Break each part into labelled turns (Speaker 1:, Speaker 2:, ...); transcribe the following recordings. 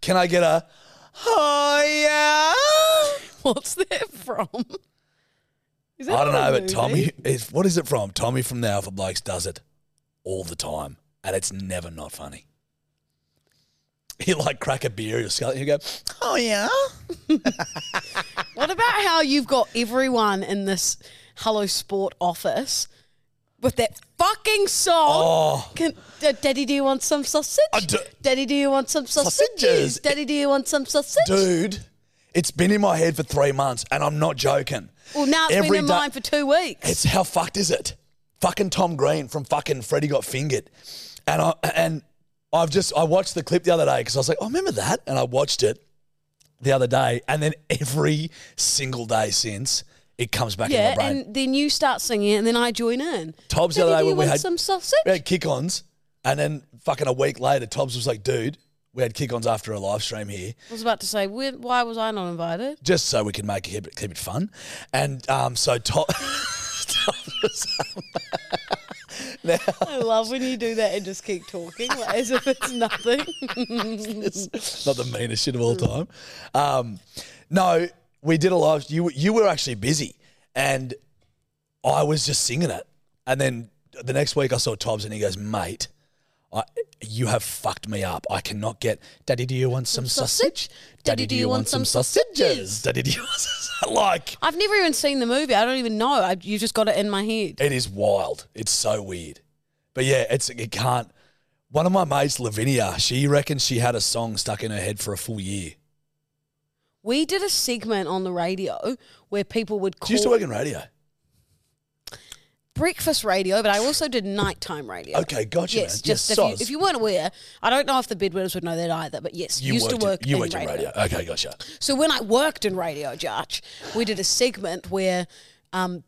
Speaker 1: Can I get a? Oh yeah.
Speaker 2: What's that from? Is
Speaker 1: I
Speaker 2: from a
Speaker 1: don't know, but
Speaker 2: movie?
Speaker 1: Tommy, is, what is it from? Tommy from the Alpha Blokes does it all the time, and it's never not funny. He like crack a beer, he'll scull- he'll go, oh yeah.
Speaker 2: What about how you've got everyone in this Hello Sport office with that fucking song?
Speaker 1: Oh,
Speaker 2: Can, D- Daddy, do you want some sausage?
Speaker 1: I do-
Speaker 2: Daddy, do you want some sausages?
Speaker 1: Sausages.
Speaker 2: Daddy, do you want some sausage?
Speaker 1: dude, it's been in my head for three months, and I'm not joking.
Speaker 2: Well, now it's
Speaker 1: Every
Speaker 2: been in
Speaker 1: day-
Speaker 2: mine for two weeks.
Speaker 1: It's how fucked is it? Fucking Tom Green from fucking Freddy Got Fingered, and I and I've just I watched the clip the other day because I was like, oh, remember that? And I watched it the other day, and then every single day since it comes back
Speaker 2: yeah,
Speaker 1: in my brain.
Speaker 2: and then you start singing, and then I join in.
Speaker 1: Tobs the
Speaker 2: Daddy,
Speaker 1: other day
Speaker 2: do you
Speaker 1: when we
Speaker 2: want
Speaker 1: had,
Speaker 2: some sausage?
Speaker 1: we had kick ons, and then fucking a week later, Tobs was like, dude, we had kick ons after a live stream here
Speaker 2: I was about to say, where, why was I not invited?
Speaker 1: just so we can make it keep it, keep it fun. And um, so Tob
Speaker 2: I love when you do that and just keep talking like, as if it's nothing.
Speaker 1: not the meanest shit of all time. Um, no, we did a live. You you were actually busy, and I was just singing it. And then the next week, I saw Tobs, and he goes, "Mate, I, you have fucked me up. I cannot get Daddy. Do you want some, sausage? Daddy, do you want some sausages? Daddy, do you want some like?"
Speaker 2: I've never even seen the movie. I don't even know. I, you just got it in my head.
Speaker 1: It is wild. It's so weird. But yeah, it's it can't. One of my mates, Lavinia, she reckons she had a song stuck in her head for a full year.
Speaker 2: We did a segment on the radio where people would call
Speaker 1: She used to work in radio.
Speaker 2: breakfast radio, but I also did nighttime radio.
Speaker 1: Okay, gotcha,
Speaker 2: Yes,
Speaker 1: man.
Speaker 2: just
Speaker 1: Yes,
Speaker 2: if, you,
Speaker 1: soz.
Speaker 2: if you weren't aware, I don't know if the bedwetters would know that either. But yes,
Speaker 1: You
Speaker 2: used to
Speaker 1: worked
Speaker 2: work.
Speaker 1: In, you
Speaker 2: in
Speaker 1: worked
Speaker 2: radio.
Speaker 1: in radio. Okay, gotcha.
Speaker 2: So when I worked in radio, Judge, we did a segment where um,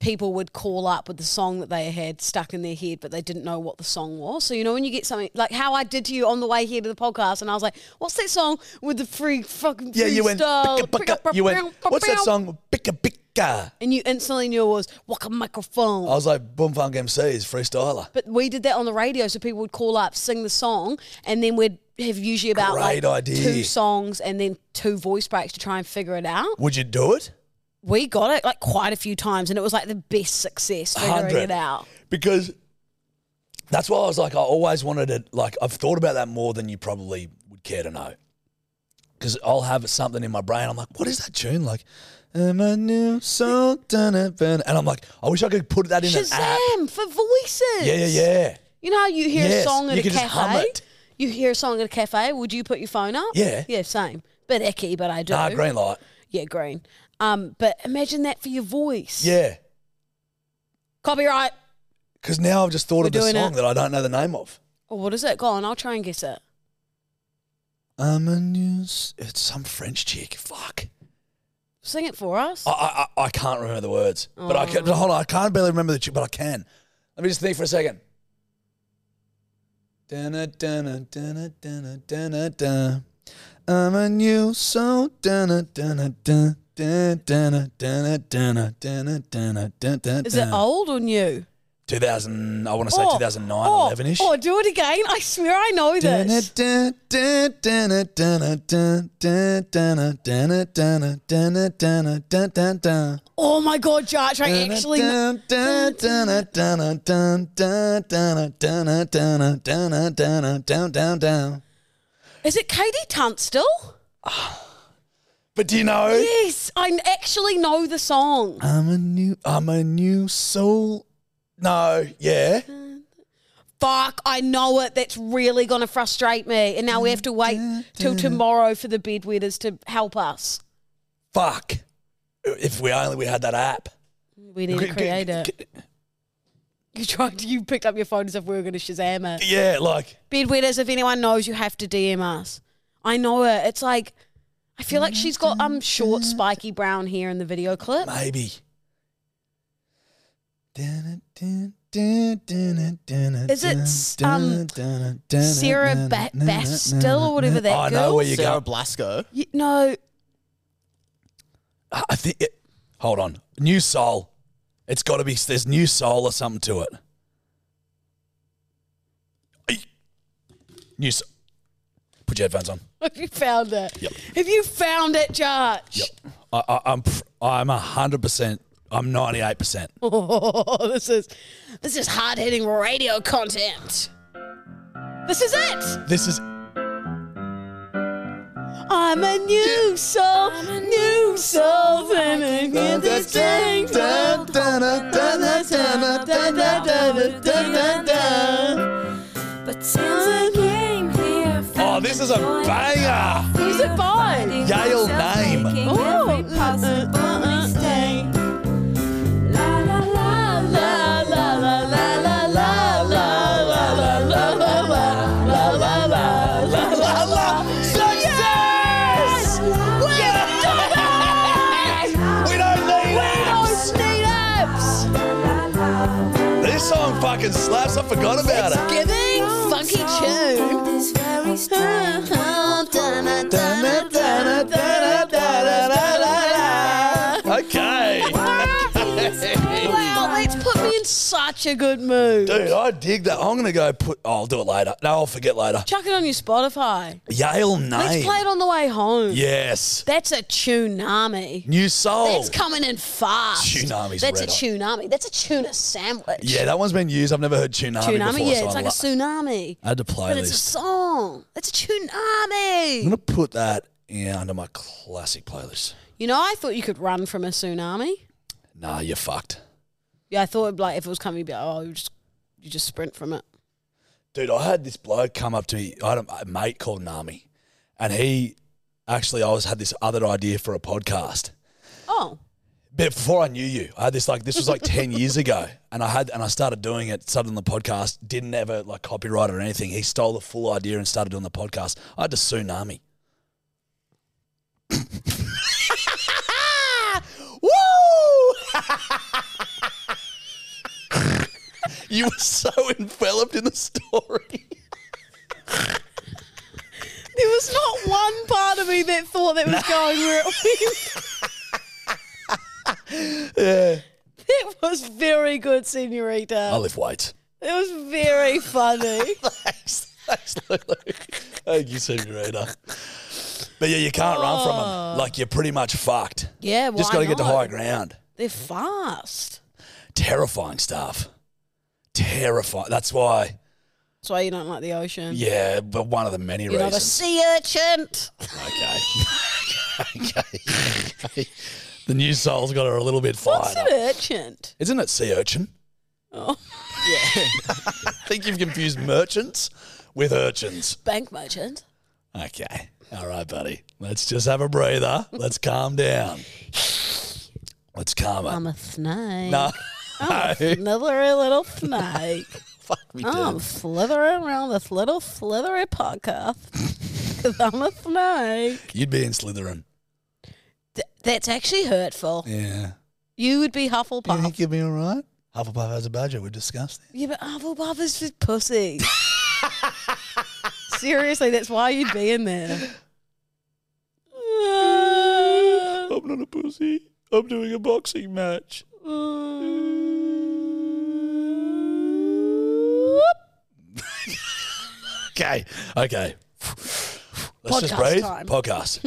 Speaker 2: people would call up with the song that they had stuck in their head, but they didn't know what the song was. So you know when you get something like how I did to you on the way here to the podcast, and I was like, "What's that song with the free fucking
Speaker 1: Yeah, you went.
Speaker 2: freestyle?"
Speaker 1: Picka, picka, you went. What's that song? Picka picka.
Speaker 2: And you instantly knew it was Waka
Speaker 1: I
Speaker 2: Microphone.
Speaker 1: was like, Boom Funk MC is freestyler.
Speaker 2: But we did that on the radio, so people would call up, sing the song, and then we'd have usually about
Speaker 1: Great
Speaker 2: like
Speaker 1: idea.
Speaker 2: two songs and then two voice breaks to try and figure it out.
Speaker 1: Would you do it?
Speaker 2: We got it like quite a few times, and it was like the best success figuring
Speaker 1: 100.
Speaker 2: it out.
Speaker 1: Because that's why I was like, I always wanted to, like, I've thought about that more than you probably would care to know. Because I'll have something in my brain. I'm like, what is that tune? Like, am I new sultan of an-" And I'm like, I wish I could put that in an app.
Speaker 2: Shazam for voices.
Speaker 1: Yeah, yeah, yeah.
Speaker 2: You know how you hear
Speaker 1: Yes,
Speaker 2: a song at
Speaker 1: you
Speaker 2: a
Speaker 1: could
Speaker 2: cafe?
Speaker 1: just hum it.
Speaker 2: You hear a song at a cafe, would you put your phone up?
Speaker 1: Yeah.
Speaker 2: Yeah, same. Bit icky, but I do.
Speaker 1: Nah, green light.
Speaker 2: Yeah, green. Um, but imagine that for your voice.
Speaker 1: Yeah.
Speaker 2: Copyright.
Speaker 1: Because now I've just thought
Speaker 2: We're
Speaker 1: of the
Speaker 2: doing
Speaker 1: song
Speaker 2: it.
Speaker 1: that I don't know the name of.
Speaker 2: Oh, what is it? Go on, I'll try and guess it.
Speaker 1: I'm a new. s- It's some French chick. Fuck.
Speaker 2: Sing it for us.
Speaker 1: I- I I, I can't remember the words, but I can.
Speaker 2: Aw.
Speaker 1: Hold on, I can't barely remember the tune, but I can. Let me just think for a second. Dunna, dunna, dunna, dunna, dunna, dun. I'm a new soul. Dunna, dunna, dun, dun, dunna, dunna, dunna, dunna, dunna, dun, dun,
Speaker 2: Is it Oh,
Speaker 1: dun.
Speaker 2: old or new?
Speaker 1: 2000, I want to say
Speaker 2: Or-
Speaker 1: 2009,
Speaker 2: or-
Speaker 1: 11 ish.
Speaker 2: Or do it again. I swear I know this.
Speaker 1: I
Speaker 2: Oh my god, Jarch, I actually kn-
Speaker 1: actually.
Speaker 2: Is it Katie Tunstall?
Speaker 1: But do you know?
Speaker 2: Yes, I n- actually know the song.
Speaker 1: I'm a new, I'm a new soul. No, yeah.
Speaker 2: Hmm. Fuck, I know it. That's really going to frustrate me. And now we have to wait till tomorrow for the bedwetters to help us.
Speaker 1: Fuck. If we only we had that app.
Speaker 2: We need to
Speaker 1: G-
Speaker 2: create
Speaker 1: g-
Speaker 2: it.
Speaker 1: g-
Speaker 2: You tried. You picked up your phone as if we were going to Shazam it.
Speaker 1: Yeah, like
Speaker 2: Bedwetters, if anyone knows, you have to DM us. I know it. It's like, I feel like she's got um short, spiky brown hair in the video clip.
Speaker 1: maybe.
Speaker 2: Is it, um, Sarah Ba- Bastille or whatever that
Speaker 1: I
Speaker 2: girl-
Speaker 1: know where you
Speaker 3: Sarah
Speaker 1: go.
Speaker 3: Blasco.
Speaker 2: You, no,
Speaker 1: I think. It, hold on, new soul. It's got to be. There's new soul or something to it. Eek. New. Soul. Put your headphones on.
Speaker 2: have you found it?
Speaker 1: Yep.
Speaker 2: Have you found it, Judge?
Speaker 1: Yep. I, I, I'm. pr- I'm hundred percent. I'm ninety eight percent.
Speaker 2: Oh, this is this is hard hitting radio content. This is it.
Speaker 1: This is.
Speaker 2: I'm a new soul, new soul, and I'm in this thing.
Speaker 1: Oh,
Speaker 4: But since I came here,
Speaker 1: this is a banger.
Speaker 2: Who's it by?
Speaker 1: Yale name.
Speaker 4: Oh, possible mistake. La la la la la la la la la la la la.
Speaker 1: La la success. Yes! We don't need apps. This song fucking slaps. I forgot about it.
Speaker 2: Giving funky tune.
Speaker 4: This very strange.
Speaker 1: Okay.
Speaker 2: Wow, that's put me in such a good mood.
Speaker 1: Dude, I dig that. I'm gonna go put. Oh, I'll do it later. No, I'll forget later.
Speaker 2: Chuck it on your Spotify.
Speaker 1: Yale name.
Speaker 2: Let's play it on the way home.
Speaker 1: Yes.
Speaker 2: That's a tsunami.
Speaker 1: New soul.
Speaker 2: That's coming in fast.
Speaker 1: Tsunami's
Speaker 2: That's a
Speaker 1: red hot.
Speaker 2: tsunami. That's a tuna sandwich.
Speaker 1: yeah, that one's been used. I've never heard tsunami,
Speaker 2: tsunami.
Speaker 1: before.
Speaker 2: Yeah,
Speaker 1: so
Speaker 2: it's
Speaker 1: I
Speaker 2: like a
Speaker 1: lo-
Speaker 2: tsunami,
Speaker 1: I had to play
Speaker 2: but it's a
Speaker 1: this.
Speaker 2: song. It's a
Speaker 1: I'm
Speaker 2: tsunami.
Speaker 1: gonna put that in under my classic playlist.
Speaker 2: You know, I thought you could run from a tsunami.
Speaker 1: Nah, you're fucked,
Speaker 2: Yeah, I thought like if it was coming, you'd be like, oh, you just you just sprint from it.
Speaker 1: dude. I had this bloke come up to me. I had a mate called Nami, and he actually I was had this other idea for a podcast.
Speaker 2: Oh,
Speaker 1: But before I knew you, I had this like this was like ten years ago, and I had and I started doing it. Started on the podcast, didn't ever like copyright it or anything. He stole the full idea and started doing the podcast. I had to tsunami. Woo! you were so enveloped in the story.
Speaker 2: there was not one part of me that thought that was going where it went. It was very good,
Speaker 1: I
Speaker 2: Senorita.
Speaker 1: lift weights.
Speaker 2: It was very funny.
Speaker 1: Thanks, thanks, Lulu. Thank you, Senorita. But yeah, you can't run from them. Like you're pretty much fucked.
Speaker 2: Oh. Yeah, well,
Speaker 1: Just
Speaker 2: I
Speaker 1: got to get to
Speaker 2: know.
Speaker 1: high ground.
Speaker 2: They're fast.
Speaker 1: Terrifying stuff. Terrifying. That's why.
Speaker 2: That's why you don't like the ocean.
Speaker 1: Yeah, but one of the many
Speaker 2: Mm. You're not a
Speaker 1: reasons.
Speaker 2: sea urchin.
Speaker 1: Okay. okay. okay. The new soul's got her a little bit
Speaker 2: What's
Speaker 1: fired.
Speaker 2: an
Speaker 1: Up.
Speaker 2: urchin?
Speaker 1: Isn't it sea urchin?
Speaker 2: Oh,
Speaker 1: I think you've confused merchants with urchins.
Speaker 2: bank merchant.
Speaker 1: Okay. All right, buddy. Let's just have a breather. Let's calm down. Let's calm it.
Speaker 2: I'm a snake.
Speaker 1: no.
Speaker 2: Slithery little snake.
Speaker 1: Fuck me,
Speaker 2: I'm
Speaker 1: dude.
Speaker 2: slithering around this little slithery podcast. Because I'm a snake.
Speaker 1: You'd be in Slytherin.
Speaker 2: Th- that's actually hurtful.
Speaker 1: Yeah.
Speaker 2: You would be Hufflepuff.
Speaker 1: you'd be all right? Hufflepuff has a badger. We discussed it.
Speaker 2: Yeah, but Hufflepuff is just pussy. Seriously, that's why you'd be in there.
Speaker 1: I'm not a pussy. I'm doing a boxing match. okay, okay. Let's just
Speaker 2: Podcast
Speaker 1: breathe.
Speaker 2: time. Hmm.
Speaker 1: Podcast.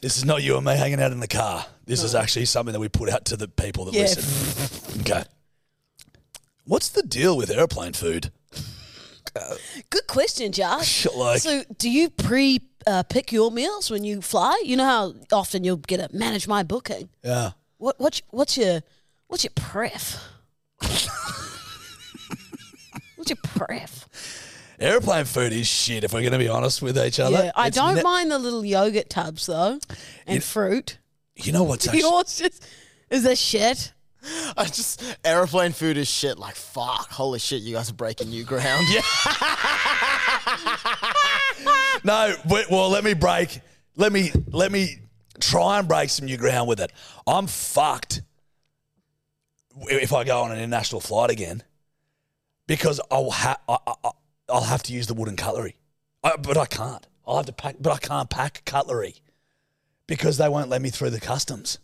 Speaker 1: this is not you and me hanging out in the car. This is actually something that we put out to the people that
Speaker 2: Yeah.
Speaker 1: listen. okay. What's the deal with airplane food?
Speaker 2: Good question, Josh.
Speaker 1: Like-
Speaker 2: so, do you pre uh, pick your meals when you fly? You know how often you'll get a manage my booking.
Speaker 1: Yeah.
Speaker 2: What what's what's your what's your pref? what's your pref?
Speaker 1: Airplane food is shit. If we're going to be honest with each other,
Speaker 2: yeah, I
Speaker 1: It's
Speaker 2: don't
Speaker 1: ne-
Speaker 2: mind the little yogurt tubs though, and
Speaker 1: It-
Speaker 2: fruit.
Speaker 1: You know what's actually?
Speaker 2: Yours just is this shit.
Speaker 3: I just airplane food is shit. Like fuck, holy shit, you guys are breaking new ground.
Speaker 1: Yeah. no, but, well, let me break. Let me let me try and break some new ground with it. I'm fucked if I go on an international flight again because I'll ha- I, I, I- I'll have to use the wooden cutlery, I, but I can't. I'll have to pack, but I can't pack cutlery because they won't let me through the customs.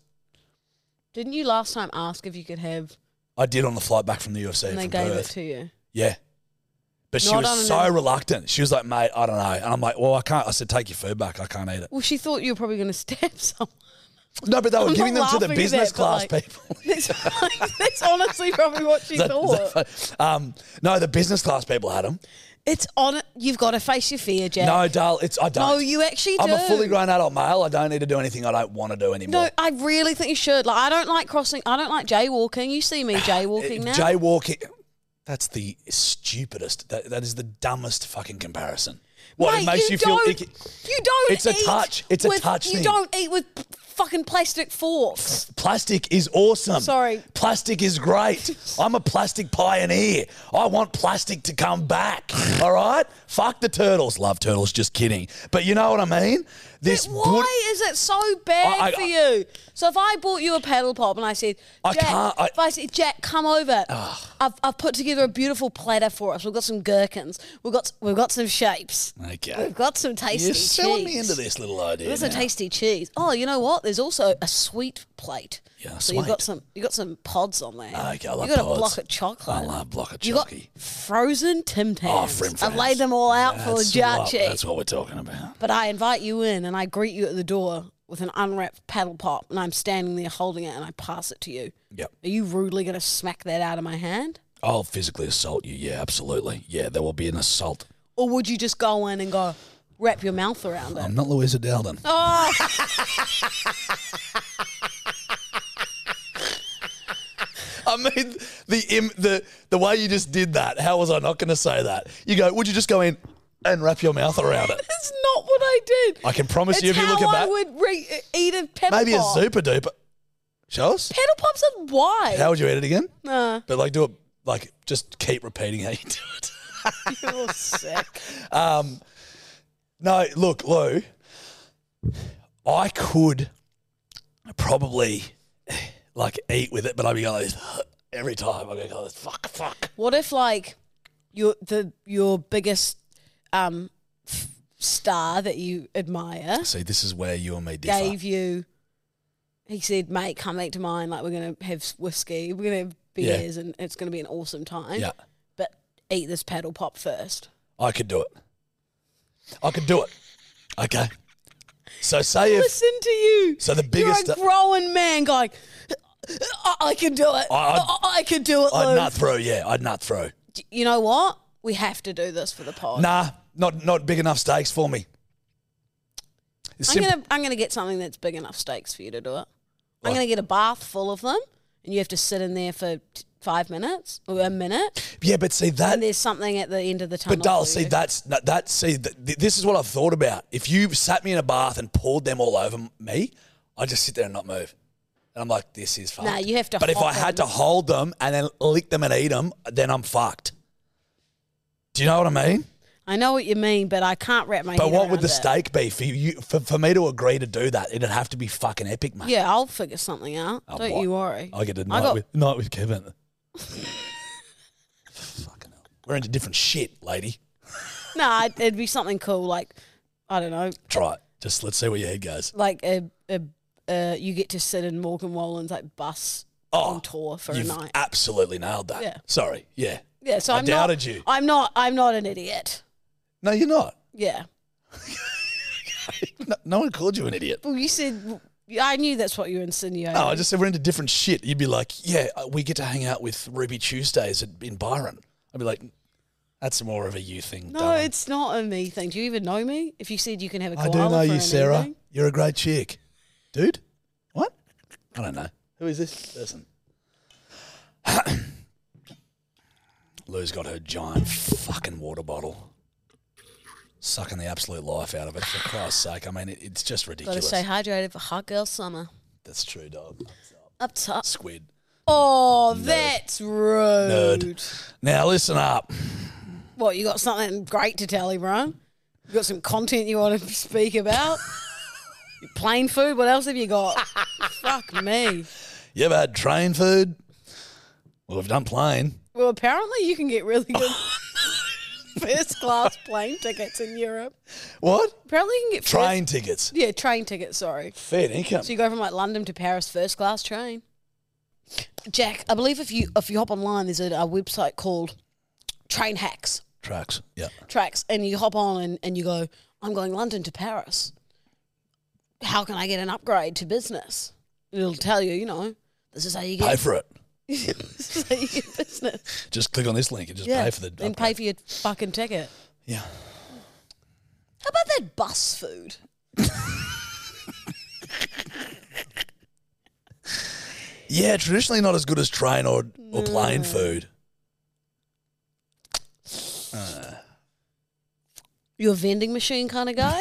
Speaker 2: Didn't you last time ask if you could have
Speaker 1: I did on the flight back from the UFC
Speaker 2: and they
Speaker 1: from
Speaker 2: gave
Speaker 1: Perth.
Speaker 2: it to you?
Speaker 1: Yeah. But she
Speaker 2: Not on
Speaker 1: was so
Speaker 2: an-
Speaker 1: reluctant. She was like, mate, I don't know. And I'm like, well, I can't. I said, take your food back. I can't eat it.
Speaker 2: Well, she thought you were probably going to stab someone.
Speaker 1: No, but they were
Speaker 2: I'm
Speaker 1: giving them
Speaker 2: not
Speaker 1: to the
Speaker 2: laughing at
Speaker 1: business
Speaker 2: that, but,
Speaker 1: class
Speaker 2: like,
Speaker 1: people.
Speaker 2: That's, that's honestly probably what she
Speaker 1: Is that-
Speaker 2: thought.
Speaker 1: is that fu- um, no, the business class people had them.
Speaker 2: it's on. You've got to face your fear, Jack.
Speaker 1: No, Dale, it's I don't.
Speaker 2: No, you actually
Speaker 1: I'm a
Speaker 2: do.
Speaker 1: fully grown adult male. I don't need to do anything I don't want to do anymore.
Speaker 2: No, I really think you should. Like, I don't like crossing. I don't like jaywalking. You see me jaywalking now.
Speaker 1: Jaywalking. That's the stupidest. That, that is the dumbest fucking comparison. What
Speaker 2: Mate,
Speaker 1: it makes you, feel
Speaker 2: don't-
Speaker 1: icky.
Speaker 2: You don't.
Speaker 1: It's a
Speaker 2: eat
Speaker 1: touch. It's a
Speaker 2: with-
Speaker 1: touch
Speaker 2: You
Speaker 1: thing.
Speaker 2: don't eat with fucking plastic forks.
Speaker 1: Plastic is awesome.
Speaker 2: Sorry.
Speaker 1: Plastic is great. I'm a plastic pioneer. I want plastic to come back. All right? Fuck the turtles. Love turtles, just kidding. But you know what I mean? This
Speaker 2: But
Speaker 1: wood-
Speaker 2: why is it so bad
Speaker 1: I- I-
Speaker 2: for you? So if I bought you a paddle pop and I said,
Speaker 1: I
Speaker 2: Jack,
Speaker 1: can't- I-
Speaker 2: if I said, Jack, come over.
Speaker 1: Ah.
Speaker 2: I've, I've put together a beautiful platter for us. We've got some gherkins. We've got we've got some shapes.
Speaker 1: Okay.
Speaker 2: We've got some tasty.
Speaker 1: You're selling me
Speaker 2: cheese.
Speaker 1: into this little idea.
Speaker 2: There's a
Speaker 1: now.
Speaker 2: tasty cheese. Oh, you know what? There's also a sweet plate.
Speaker 1: Yeah,
Speaker 2: So you've got
Speaker 1: sweet.
Speaker 2: some you got some pods on there.
Speaker 1: Okay, I love
Speaker 2: you got
Speaker 1: pods.
Speaker 2: a block of chocolate.
Speaker 1: I love block of
Speaker 2: You got
Speaker 1: chocolate.
Speaker 2: frozen Tim Tams.
Speaker 1: Frim
Speaker 2: I've
Speaker 1: Frams.
Speaker 2: laid them all out for
Speaker 1: That's
Speaker 2: the
Speaker 1: what- That's what we're talking about.
Speaker 2: But I invite you in and I greet you at the door with an unwrapped paddle pop and I'm standing there holding it and I pass it to you.
Speaker 1: Yep.
Speaker 2: Are you rudely going to smack that out of my hand?
Speaker 1: I'll physically assault you. Yeah, absolutely. Yeah, there will be an assault.
Speaker 2: Or would you just go in and go wrap your mouth around it?
Speaker 1: I'm not Louisa Dowden.
Speaker 2: Oh.
Speaker 1: I mean, the im- the the way you just did that. How was I not going to say that? You go. Would you just go in and wrap your mouth around it?
Speaker 2: That's not what I did.
Speaker 1: I can promise
Speaker 2: it's
Speaker 1: you, if you look
Speaker 2: how
Speaker 1: at
Speaker 2: I
Speaker 1: that,
Speaker 2: would re- eat a pedal
Speaker 1: maybe a
Speaker 2: pop.
Speaker 1: super duper. Show us.
Speaker 2: Pedal pops are wide.
Speaker 1: How would you eat it again?
Speaker 2: nah,
Speaker 1: But like, do it. Like, just keep repeating how you do it.
Speaker 2: you're sick.
Speaker 1: Um, no, look, Lou, I could probably like eat with it, but I'd be going like this every time. I'd be going, fuck, fuck.
Speaker 2: What if like your the your biggest um f- star that you admire
Speaker 1: See, this is where you and me differ.
Speaker 2: gave you? He said, "Mate, come back to mine. Like we're gonna have whiskey, we're gonna have
Speaker 1: Yeah.
Speaker 2: beers, and it's gonna be an awesome time.
Speaker 1: Yeah,
Speaker 2: But eat this paddle pop first.
Speaker 1: I could do it. I could do it. Okay. So say if
Speaker 2: Listen to you.
Speaker 1: so the biggest uh,
Speaker 2: You're a grown man going. I, I can do it. I,
Speaker 1: I'd-
Speaker 2: I, can do it.
Speaker 1: I'd
Speaker 2: Lou."
Speaker 1: not throw, yeah, I'd not throw.
Speaker 2: D- you know what? We have to do this for the pod.
Speaker 1: Nah, not not big enough stakes for me. It's
Speaker 2: I'm
Speaker 1: simple.
Speaker 2: gonna I'm gonna get something that's big enough stakes for you to do it. I'm
Speaker 1: Like-
Speaker 2: gonna get a bath full of them, and you have to sit in there for t- five minutes or a minute,
Speaker 1: yeah, but see that
Speaker 2: and there's something at the end of the tunnel.
Speaker 1: But Dale,
Speaker 2: for
Speaker 1: see
Speaker 2: you.
Speaker 1: that's that, that see th- th- this is what I've thought about. If you sat me in a bath and poured them all over m- me, I just sit there and not move. And I'm like, this is fucked.
Speaker 2: Nah, you have to
Speaker 1: But if
Speaker 2: hold
Speaker 1: I had to
Speaker 2: them.
Speaker 1: hold them and then lick them and eat them, then I'm fucked. Do you know what I mean?
Speaker 2: I know what you mean, but I can't wrap my.
Speaker 1: but
Speaker 2: head
Speaker 1: what would
Speaker 2: around
Speaker 1: the
Speaker 2: it.
Speaker 1: stake be for you for, for me to agree to do that? It'd have to be fucking epic, mate.
Speaker 2: Yeah, I'll figure something out.
Speaker 1: Oh,
Speaker 2: Don't
Speaker 1: what?
Speaker 2: you worry.
Speaker 1: I get a
Speaker 2: I
Speaker 1: night
Speaker 2: got-
Speaker 1: with night with Kevin. fucking hell. We're into different shit, lady.
Speaker 2: Nah, it- it'd be something cool like I don't know,
Speaker 1: Try it. Just let's see where your head goes.
Speaker 2: like a, a uh, you get to sit in Morgan Wallen's like bus on tour for a
Speaker 1: Oh, You've
Speaker 2: night.
Speaker 1: absolutely nailed that.
Speaker 2: Yeah.
Speaker 1: Sorry. Yeah.
Speaker 2: Yeah, so
Speaker 1: I
Speaker 2: I'm
Speaker 1: doubted
Speaker 2: not,
Speaker 1: you.
Speaker 2: I'm not. I'm not an idiot.
Speaker 1: No, you're not.
Speaker 2: Yeah.
Speaker 1: No, no one called you an idiot.
Speaker 2: Well, you said I knew that's what you insinuated.
Speaker 1: No, I just said we're into different shit. You'd be like, yeah, uh, we get to hang out with Ruby Tuesdays at- in Byron. I'd be like, that's more of a you thing.
Speaker 2: No,
Speaker 1: darling."
Speaker 2: it's not a me thing. Do you even know me? If you said you can have a
Speaker 1: I
Speaker 2: koala
Speaker 1: do know
Speaker 2: for
Speaker 1: you,
Speaker 2: an
Speaker 1: Sarah.
Speaker 2: evening.
Speaker 1: You're a great chick. Dude? What? I don't know. Who is this person? Lou's got her giant fucking water bottle. Sucking the absolute life out of it, for Christ's sake. I mean, it, it's just
Speaker 2: Gotta
Speaker 1: ridiculous.
Speaker 2: stay hydrated for hot girl summer.
Speaker 1: That's true, dog.
Speaker 2: Up top.
Speaker 1: Squid.
Speaker 2: Oh, that's rude.
Speaker 1: Nerd. Now, listen up.
Speaker 2: What, you got something great to tell him, Ryan? You got some content you want to speak about? Plain food? What else have you got? Fuck me.
Speaker 1: You ever had train food? Well, we've done plane.
Speaker 2: Well, apparently you can get really good first class plane tickets in Europe.
Speaker 1: What?
Speaker 2: Apparently you can get
Speaker 1: Train tickets.
Speaker 2: First, yeah, train tickets. Sorry.
Speaker 1: Fair income.
Speaker 2: So you go from like London to Paris, first class train. Jack, I believe if you if you hop online, there's a, a website called Train Hacks
Speaker 1: Tracks. Yeah.
Speaker 2: Tracks, and you hop on and, and you go, I'm going London to Paris. How can I get an upgrade to business? And it'll tell you, you know, this is how you
Speaker 1: Pay
Speaker 2: get,
Speaker 1: for it.
Speaker 2: this is how you get business.
Speaker 1: Just click on this link and just pay for the.
Speaker 2: and pay for your fucking ticket.
Speaker 1: Yeah.
Speaker 2: How about that bus food?
Speaker 1: Yeah, traditionally not as good as train or, or plane food.
Speaker 2: You a vending machine kind of guy?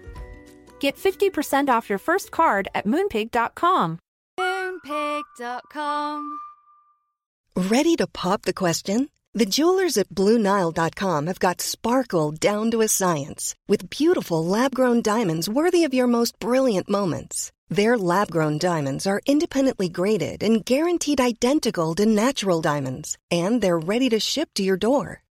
Speaker 5: Get 50% off your first card at moonpig.com.
Speaker 4: Moonpig.com.
Speaker 6: Ready to pop the question? The jewelers at BlueNile.com have got sparkle down to a science with beautiful lab grown diamonds worthy of your most brilliant moments. Their lab grown diamonds are independently graded and guaranteed identical to natural diamonds, and they're ready to ship to your door.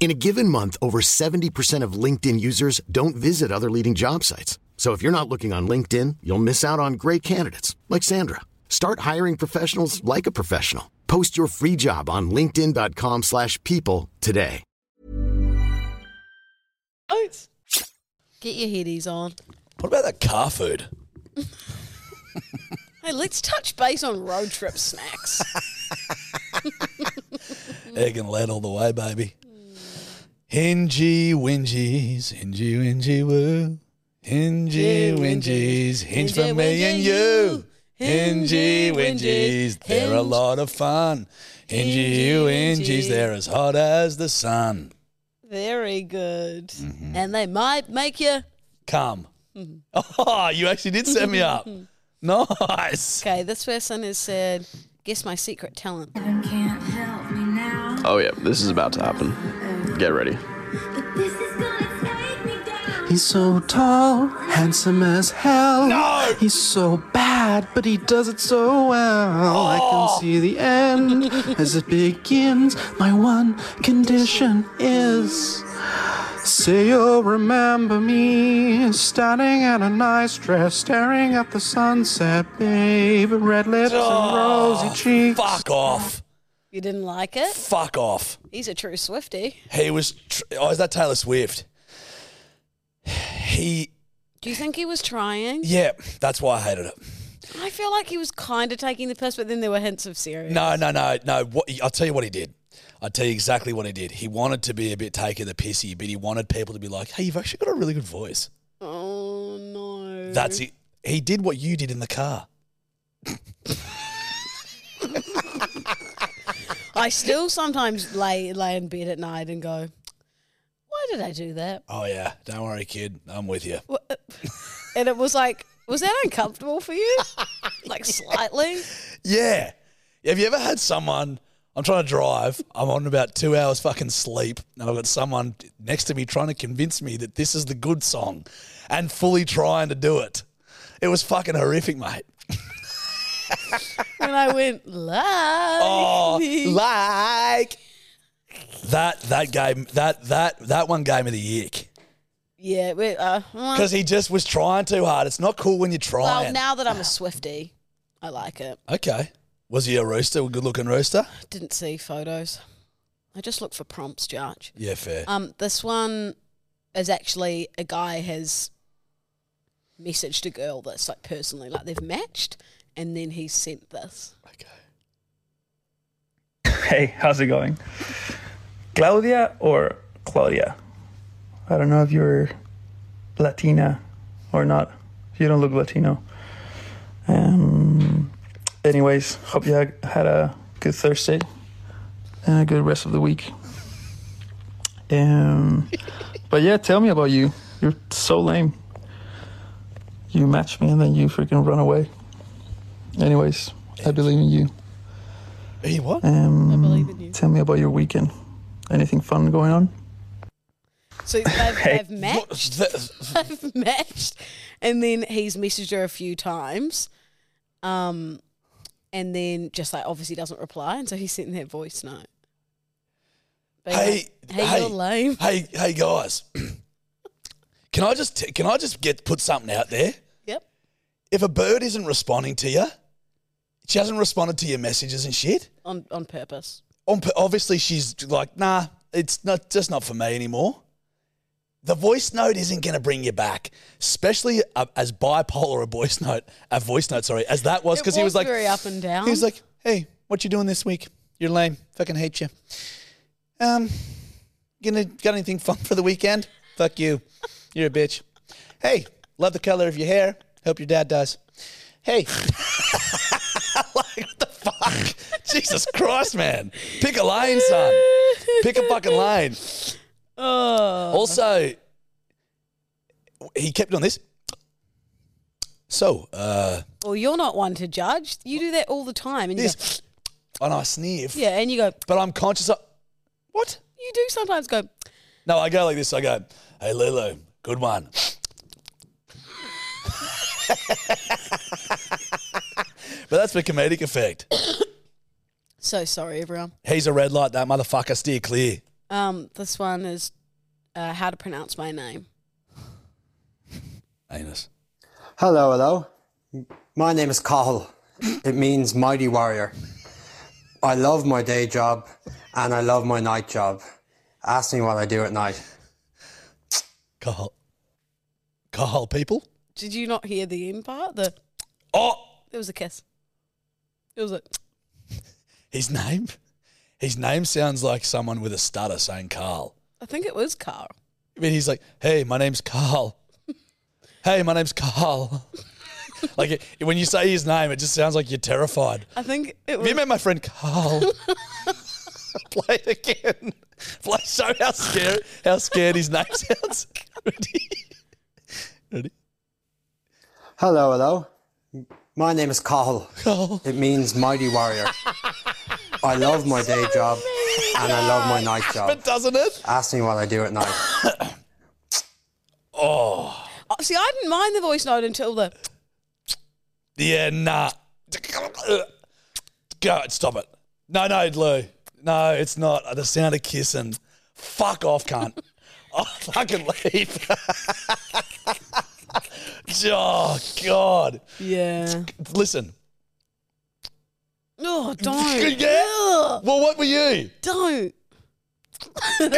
Speaker 7: In a given month, over 70% of LinkedIn users don't visit other leading job sites. So if you're not looking on LinkedIn, you'll miss out on great candidates like Sandra. Start hiring professionals like a professional. Post your free job on linkedin.com/people slash people today.
Speaker 2: Get your headies on.
Speaker 1: What about that car food?
Speaker 2: Hey, let's touch base on road trip snacks. Mm.
Speaker 1: Egg and lead all the way, baby. Hingy wingies, hingy wingy woo. Hingy wingies, hinge for me and you. Hingy wingies, they're a lot of fun. Hingy you wingies, they're as hot as the sun.
Speaker 2: Very good.
Speaker 1: Mm-hmm.
Speaker 2: And they might make you.
Speaker 1: Come. Oh, you actually did set me up. Nice.
Speaker 2: Okay, this person has said, guess my secret talent.
Speaker 4: Can't help me now.
Speaker 8: Oh yeah, this is about to happen. Get ready.
Speaker 4: But this is gonna take me down.
Speaker 9: He's so tall, handsome as hell.
Speaker 1: No!
Speaker 9: He's so bad, but he does it so well. I can see the end as it begins. My one condition is say you'll remember me standing in a nice dress, staring at the sunset, babe. Red lips and rosy cheeks.
Speaker 1: Oh, Fuck off.
Speaker 2: You didn't like it?
Speaker 1: Fuck off.
Speaker 2: He's a true Swifty.
Speaker 1: He was. Tr- oh, is that Taylor Swift? He.
Speaker 2: Do you think he was trying?
Speaker 1: Yeah, that's why I hated it.
Speaker 2: I feel like he was kind of taking the piss, but then there were hints of serious.
Speaker 1: No, no, no, no. What, I'll tell you what he did. I'll tell you exactly what he did. He wanted to be a bit taking the pissy, but he wanted people to be like, hey, you've actually got a really good voice.
Speaker 2: Oh no.
Speaker 1: That's it. He did what you did in the car.
Speaker 2: I still sometimes lay lay in bed at night and go, "Why did I do that?"
Speaker 1: Oh yeah, don't worry, kid. I'm with you.
Speaker 2: And it was like, was that uncomfortable for you? like slightly.
Speaker 1: Yeah. Have you ever had someone? I'm trying to drive. I'm on about two hours fucking sleep, and I've got someone next to me trying to convince me that this is the good song, and fully trying to do it. It was fucking horrific, mate.
Speaker 2: When I went like
Speaker 1: Oh,
Speaker 2: me."
Speaker 1: like that that game that that that one game of the ick
Speaker 2: yeah, we- uh, well,
Speaker 1: because he just was trying too hard. It's not cool when you're
Speaker 2: well,
Speaker 1: trying.
Speaker 2: now that I'm a Swifty, I like it.
Speaker 1: okay, was he a rooster? A good looking rooster?
Speaker 2: Didn't see photos. I just look for prompts, Judge.
Speaker 1: Yeah, fair.
Speaker 2: Um, this one is actually a guy has messaged a girl that's like personally like they've matched, and then he sent this.
Speaker 10: Hey, how's it going? Claudia or Claudia? I don't know if you're Latina or not. You don't look Latino. Um, anyways, hope you had had a good Thursday and a good rest of the week. Um, but yeah, tell me about you. You're so lame. You match me and then you freaking run away. Anyways, I believe in you.
Speaker 1: Hey, what?
Speaker 10: Um, I believe in you. Tell me about your weekend. Anything fun going on?
Speaker 2: So they've,
Speaker 10: Hey.
Speaker 2: they've matched. they've matched. And then he's messaged her a few times. Um, and then just like obviously doesn't reply. And so he sent that voice note. Being
Speaker 1: Hey,
Speaker 2: like, hey, you're lame.
Speaker 1: Hey, hey, guys. can I just can I just get put something out there?
Speaker 2: Yep.
Speaker 1: If a bird isn't responding to you, she hasn't responded to your messages and shit.
Speaker 2: On, on purpose.
Speaker 1: On, Um, obviously, she's like, nah, it's not just not for me anymore. The voice note isn't going to bring you back, especially uh, as bipolar a voice note, a voice note, sorry, as that was
Speaker 2: It
Speaker 1: because he was like,
Speaker 2: very up and down.
Speaker 1: he was like, hey, what you doing this week? You're lame. Fucking hate you. Um, gonna got anything fun for the weekend? Fuck you. You're a bitch. Hey, love the color of your hair. Hope your dad dies. Hey. like, what the fuck? Jesus Christ, man. Pick a lane, son. Pick a fucking lane. Uh-huh. Also, he kept on this. So, uh,
Speaker 2: Well, you're not one to judge. You do that all the time. And you go,
Speaker 1: this, and I sniff.
Speaker 2: yeah, and you go,
Speaker 1: But I'm conscious of. What?
Speaker 2: you do sometimes go,
Speaker 1: No, I go like this. I go, hey, Lulu, good one. but that's for comedic effect.
Speaker 2: so sorry, everyone.
Speaker 1: He's a red light, that motherfucker. Steer clear.
Speaker 2: Um, this one is uh, how to pronounce my name.
Speaker 1: Anus.
Speaker 11: Hello, hello. My name is Cahill. It means mighty warrior. I love my day job and I love my night job. Ask me what I do at night.
Speaker 1: Cahill. Cahill people?
Speaker 2: Did you not hear the end part? The
Speaker 1: Oh!
Speaker 2: It was a kiss. It was a
Speaker 1: His name? His name sounds like someone with a stutter saying Carl.
Speaker 2: I think it was Carl.
Speaker 1: I mean, he's like, hey, my name's Carl. hey, my name's Carl. like, it, when you say his name, it just sounds like you're terrified.
Speaker 2: I think it
Speaker 1: Have
Speaker 2: was
Speaker 1: you met my friend Carl? Play it again. Play, show how scared, how scared his name sounds. Ready? Ready?
Speaker 11: Hello, hello. My name is Cahill. It means mighty warrior. I love my day job and I love my night job.
Speaker 1: But doesn't it?
Speaker 11: Ask me what I do at night.
Speaker 1: Oh,
Speaker 2: Oh, see I didn't mind the voice note until the
Speaker 1: yeah, nah. Go, stop it. No, no, Lou. No, it's not. The sound of kissing. Fuck off, cunt. I fucking leave. oh, God.
Speaker 2: Yeah.
Speaker 1: Listen.
Speaker 2: Oh don't
Speaker 1: Yeah? Well, what were you?
Speaker 2: don't
Speaker 1: I'm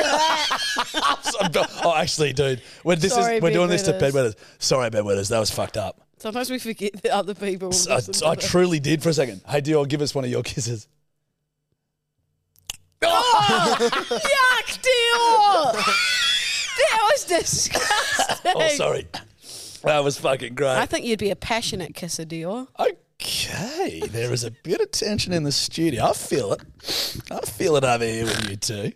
Speaker 1: go- oh, actually, dude, when this
Speaker 2: Sorry,
Speaker 1: is we're
Speaker 2: bed
Speaker 1: doing this to
Speaker 2: wetters.
Speaker 1: bedwetters. Sorry, bedwetters, that was fucked up.
Speaker 2: Sometimes we forget that other people will
Speaker 1: I,
Speaker 2: listen to
Speaker 1: I
Speaker 2: this.
Speaker 1: truly did for a second. Hey, Dior, give us one of your kisses.
Speaker 2: Ah! Yuck deal That was disgusting.
Speaker 1: Oh, sorry. That was fucking great.
Speaker 2: I think you'd be a passionate kisser, Dior.
Speaker 1: Oh, Okay, there is a bit of tension in the studio. I feel it. I feel it over here with you two.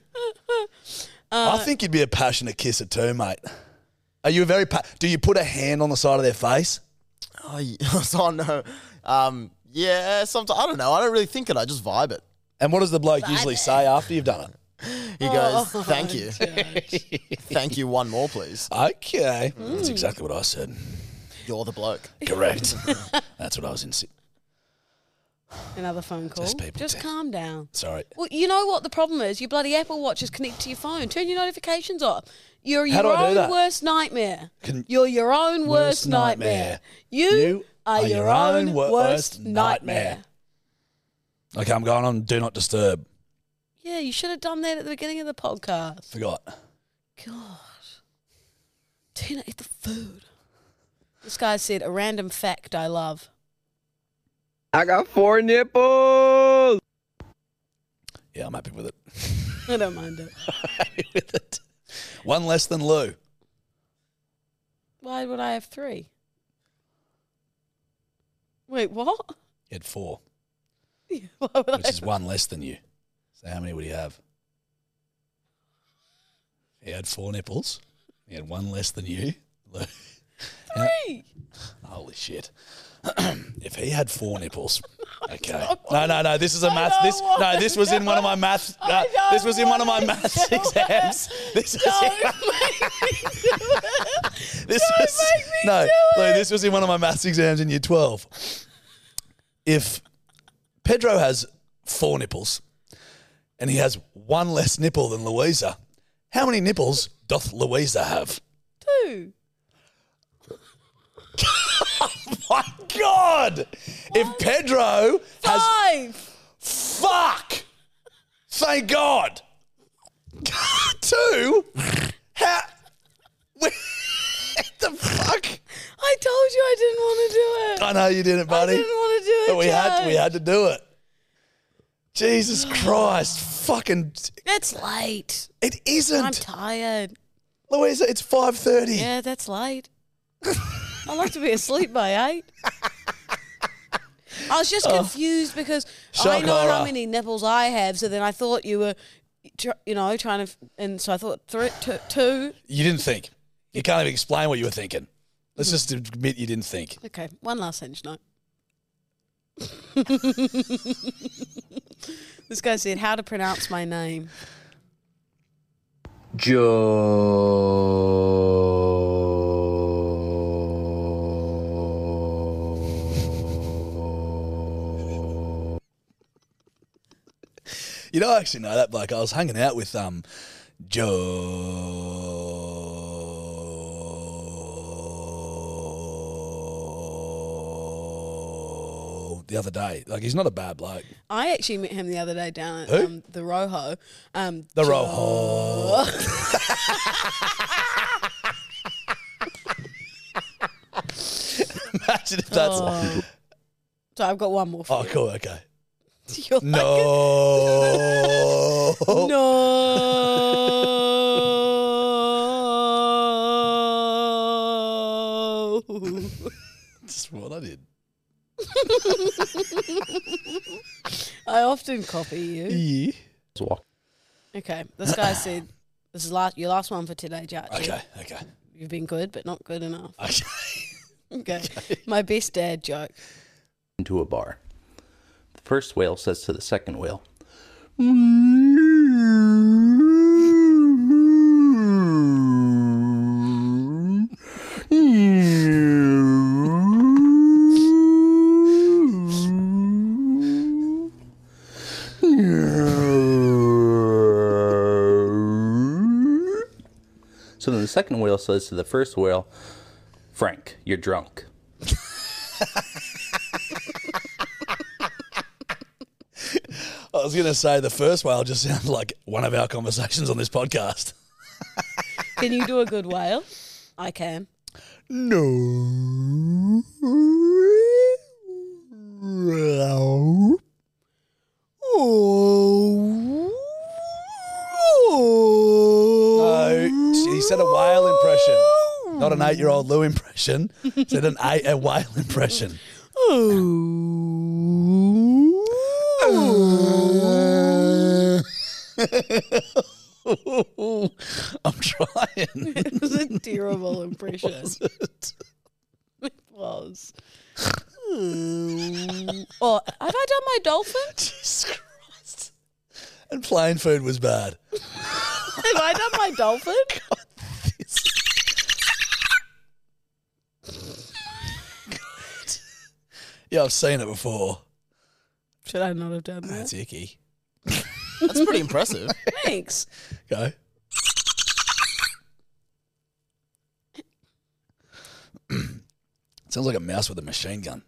Speaker 2: Uh,
Speaker 1: I think you'd be a passionate kisser too, mate. Are you a very? Pa- Do you put a hand on the side of their face?
Speaker 3: Oh, y- so I know. Um, yeah, sometimes I don't know. I don't really think it. I just vibe it.
Speaker 1: And what does the bloke usually say after you've done
Speaker 3: it? He goes,
Speaker 2: Oh,
Speaker 3: "Thank you, thank you. One more, please."
Speaker 1: Okay,
Speaker 7: Hmm.
Speaker 2: Mm.
Speaker 1: that's exactly what I said.
Speaker 3: You're the bloke.
Speaker 1: Correct. that's what I was in.
Speaker 2: Another phone call.
Speaker 1: Just people text.
Speaker 2: calm down.
Speaker 1: Sorry.
Speaker 2: Well, you know what the problem is? Your bloody Apple Watch is connected to your phone. Turn your notifications off. You're
Speaker 1: How do
Speaker 2: your
Speaker 1: I do
Speaker 2: own
Speaker 1: that?
Speaker 2: worst nightmare.
Speaker 1: Can-
Speaker 2: You're your own worst,
Speaker 1: Worst
Speaker 2: nightmare.
Speaker 1: nightmare.
Speaker 2: You,
Speaker 1: You
Speaker 2: are,
Speaker 1: are
Speaker 2: your
Speaker 1: your
Speaker 2: own
Speaker 1: own wor-
Speaker 2: worst
Speaker 1: worst
Speaker 2: nightmare.
Speaker 1: nightmare. Okay, I'm going on. Do not disturb.
Speaker 2: Yeah, you should have done that at the beginning of the podcast.
Speaker 1: Forgot.
Speaker 2: God. Tina, eat the food. This guy said, a random fact I love.
Speaker 8: I got four nipples.
Speaker 1: Yeah, I'm happy with it.
Speaker 2: I don't mind it.
Speaker 1: Happy with it. One less than Lou.
Speaker 2: Why would I have three? Wait, what?
Speaker 1: He had four,
Speaker 2: Why would I
Speaker 1: which is one less than you. So how many would he have? He had four nipples. He had one less than you. Lou.
Speaker 2: Three.
Speaker 1: Holy shit. if he had four nipples, okay. No, no, no. This is a math. This no. This was in one of my math. Uh, this was in one of my maths exams. This was in, this was no. Lou, this was in one of my maths exams in year twelve. If Pedro has four nipples, and he has one less nipple than Louisa, how many nipples doth Louisa have?
Speaker 2: Two.
Speaker 1: My God! If Pedro
Speaker 2: has
Speaker 1: fuck, thank God. Two. How? What the
Speaker 2: I
Speaker 1: fuck?
Speaker 2: told you I didn't want to do it.
Speaker 1: I know you didn't, buddy.
Speaker 2: I didn't want to do it.
Speaker 1: but we had
Speaker 2: Joe.
Speaker 1: we had to do it. Jesus Christ! Fucking
Speaker 2: It's late.
Speaker 1: It isn't.
Speaker 2: I'm tired.
Speaker 1: Louisa, it's five thirty.
Speaker 2: Yeah, that's late. I like to be asleep by eight. I was just
Speaker 1: Oh.
Speaker 2: confused because I
Speaker 1: Shock
Speaker 2: know how
Speaker 1: horror.
Speaker 2: many nipples I have, so then I thought you were, tr- you know, trying to, f- and so I thought three, two, two.
Speaker 1: you didn't think. You can't even explain what you were thinking. Let's just admit you didn't think.
Speaker 2: Okay, one last hinge note. this guy said how to pronounce my name.
Speaker 9: Joe.
Speaker 1: You know, I actually know that bloke. I was hanging out with um, Joe. The other day, like he's not a bad bloke.
Speaker 2: I actually met him the other day down at
Speaker 1: Who?
Speaker 2: um, the Rojo. Um,
Speaker 1: The
Speaker 2: Jo-
Speaker 1: Rojo. Imagine if that's.
Speaker 2: Oh. so I've got one more. For
Speaker 1: Oh,
Speaker 2: you.
Speaker 1: cool. Okay. Oh.
Speaker 2: You're like-
Speaker 1: No.
Speaker 2: no.
Speaker 1: That's what I did.
Speaker 2: I often copy you.
Speaker 1: Yeah.
Speaker 2: Okay, this guy said this is last your last one for today, Judge.
Speaker 1: Okay. Okay.
Speaker 2: You've been good, but not good enough.
Speaker 1: Okay.
Speaker 2: Okay. My best dad joke.
Speaker 12: into a bar. The first whale says to the second whale,
Speaker 1: Mm.
Speaker 12: So then the second whale says to the first whale, Frank, you're drunk.
Speaker 1: I was going to say the first whale just sounded like one of our conversations on this podcast.
Speaker 2: Can you do a good whale? I can.
Speaker 1: No. No, she said a whale impression, not an eight-year-old Lou impression. Said an eight a whale impression. I'm trying.
Speaker 2: it was a terrible impression.
Speaker 1: it?
Speaker 2: was. Ooh. oh, have I done my dolphin?
Speaker 1: Jesus Christ. And plain food was bad.
Speaker 2: Have I done my dolphin?
Speaker 1: Yeah, I've seen it before.
Speaker 2: Should I not have done that?
Speaker 1: That's icky.
Speaker 3: That's pretty impressive.
Speaker 2: Thanks.
Speaker 1: Go. Sounds like a mouse with a machine gun.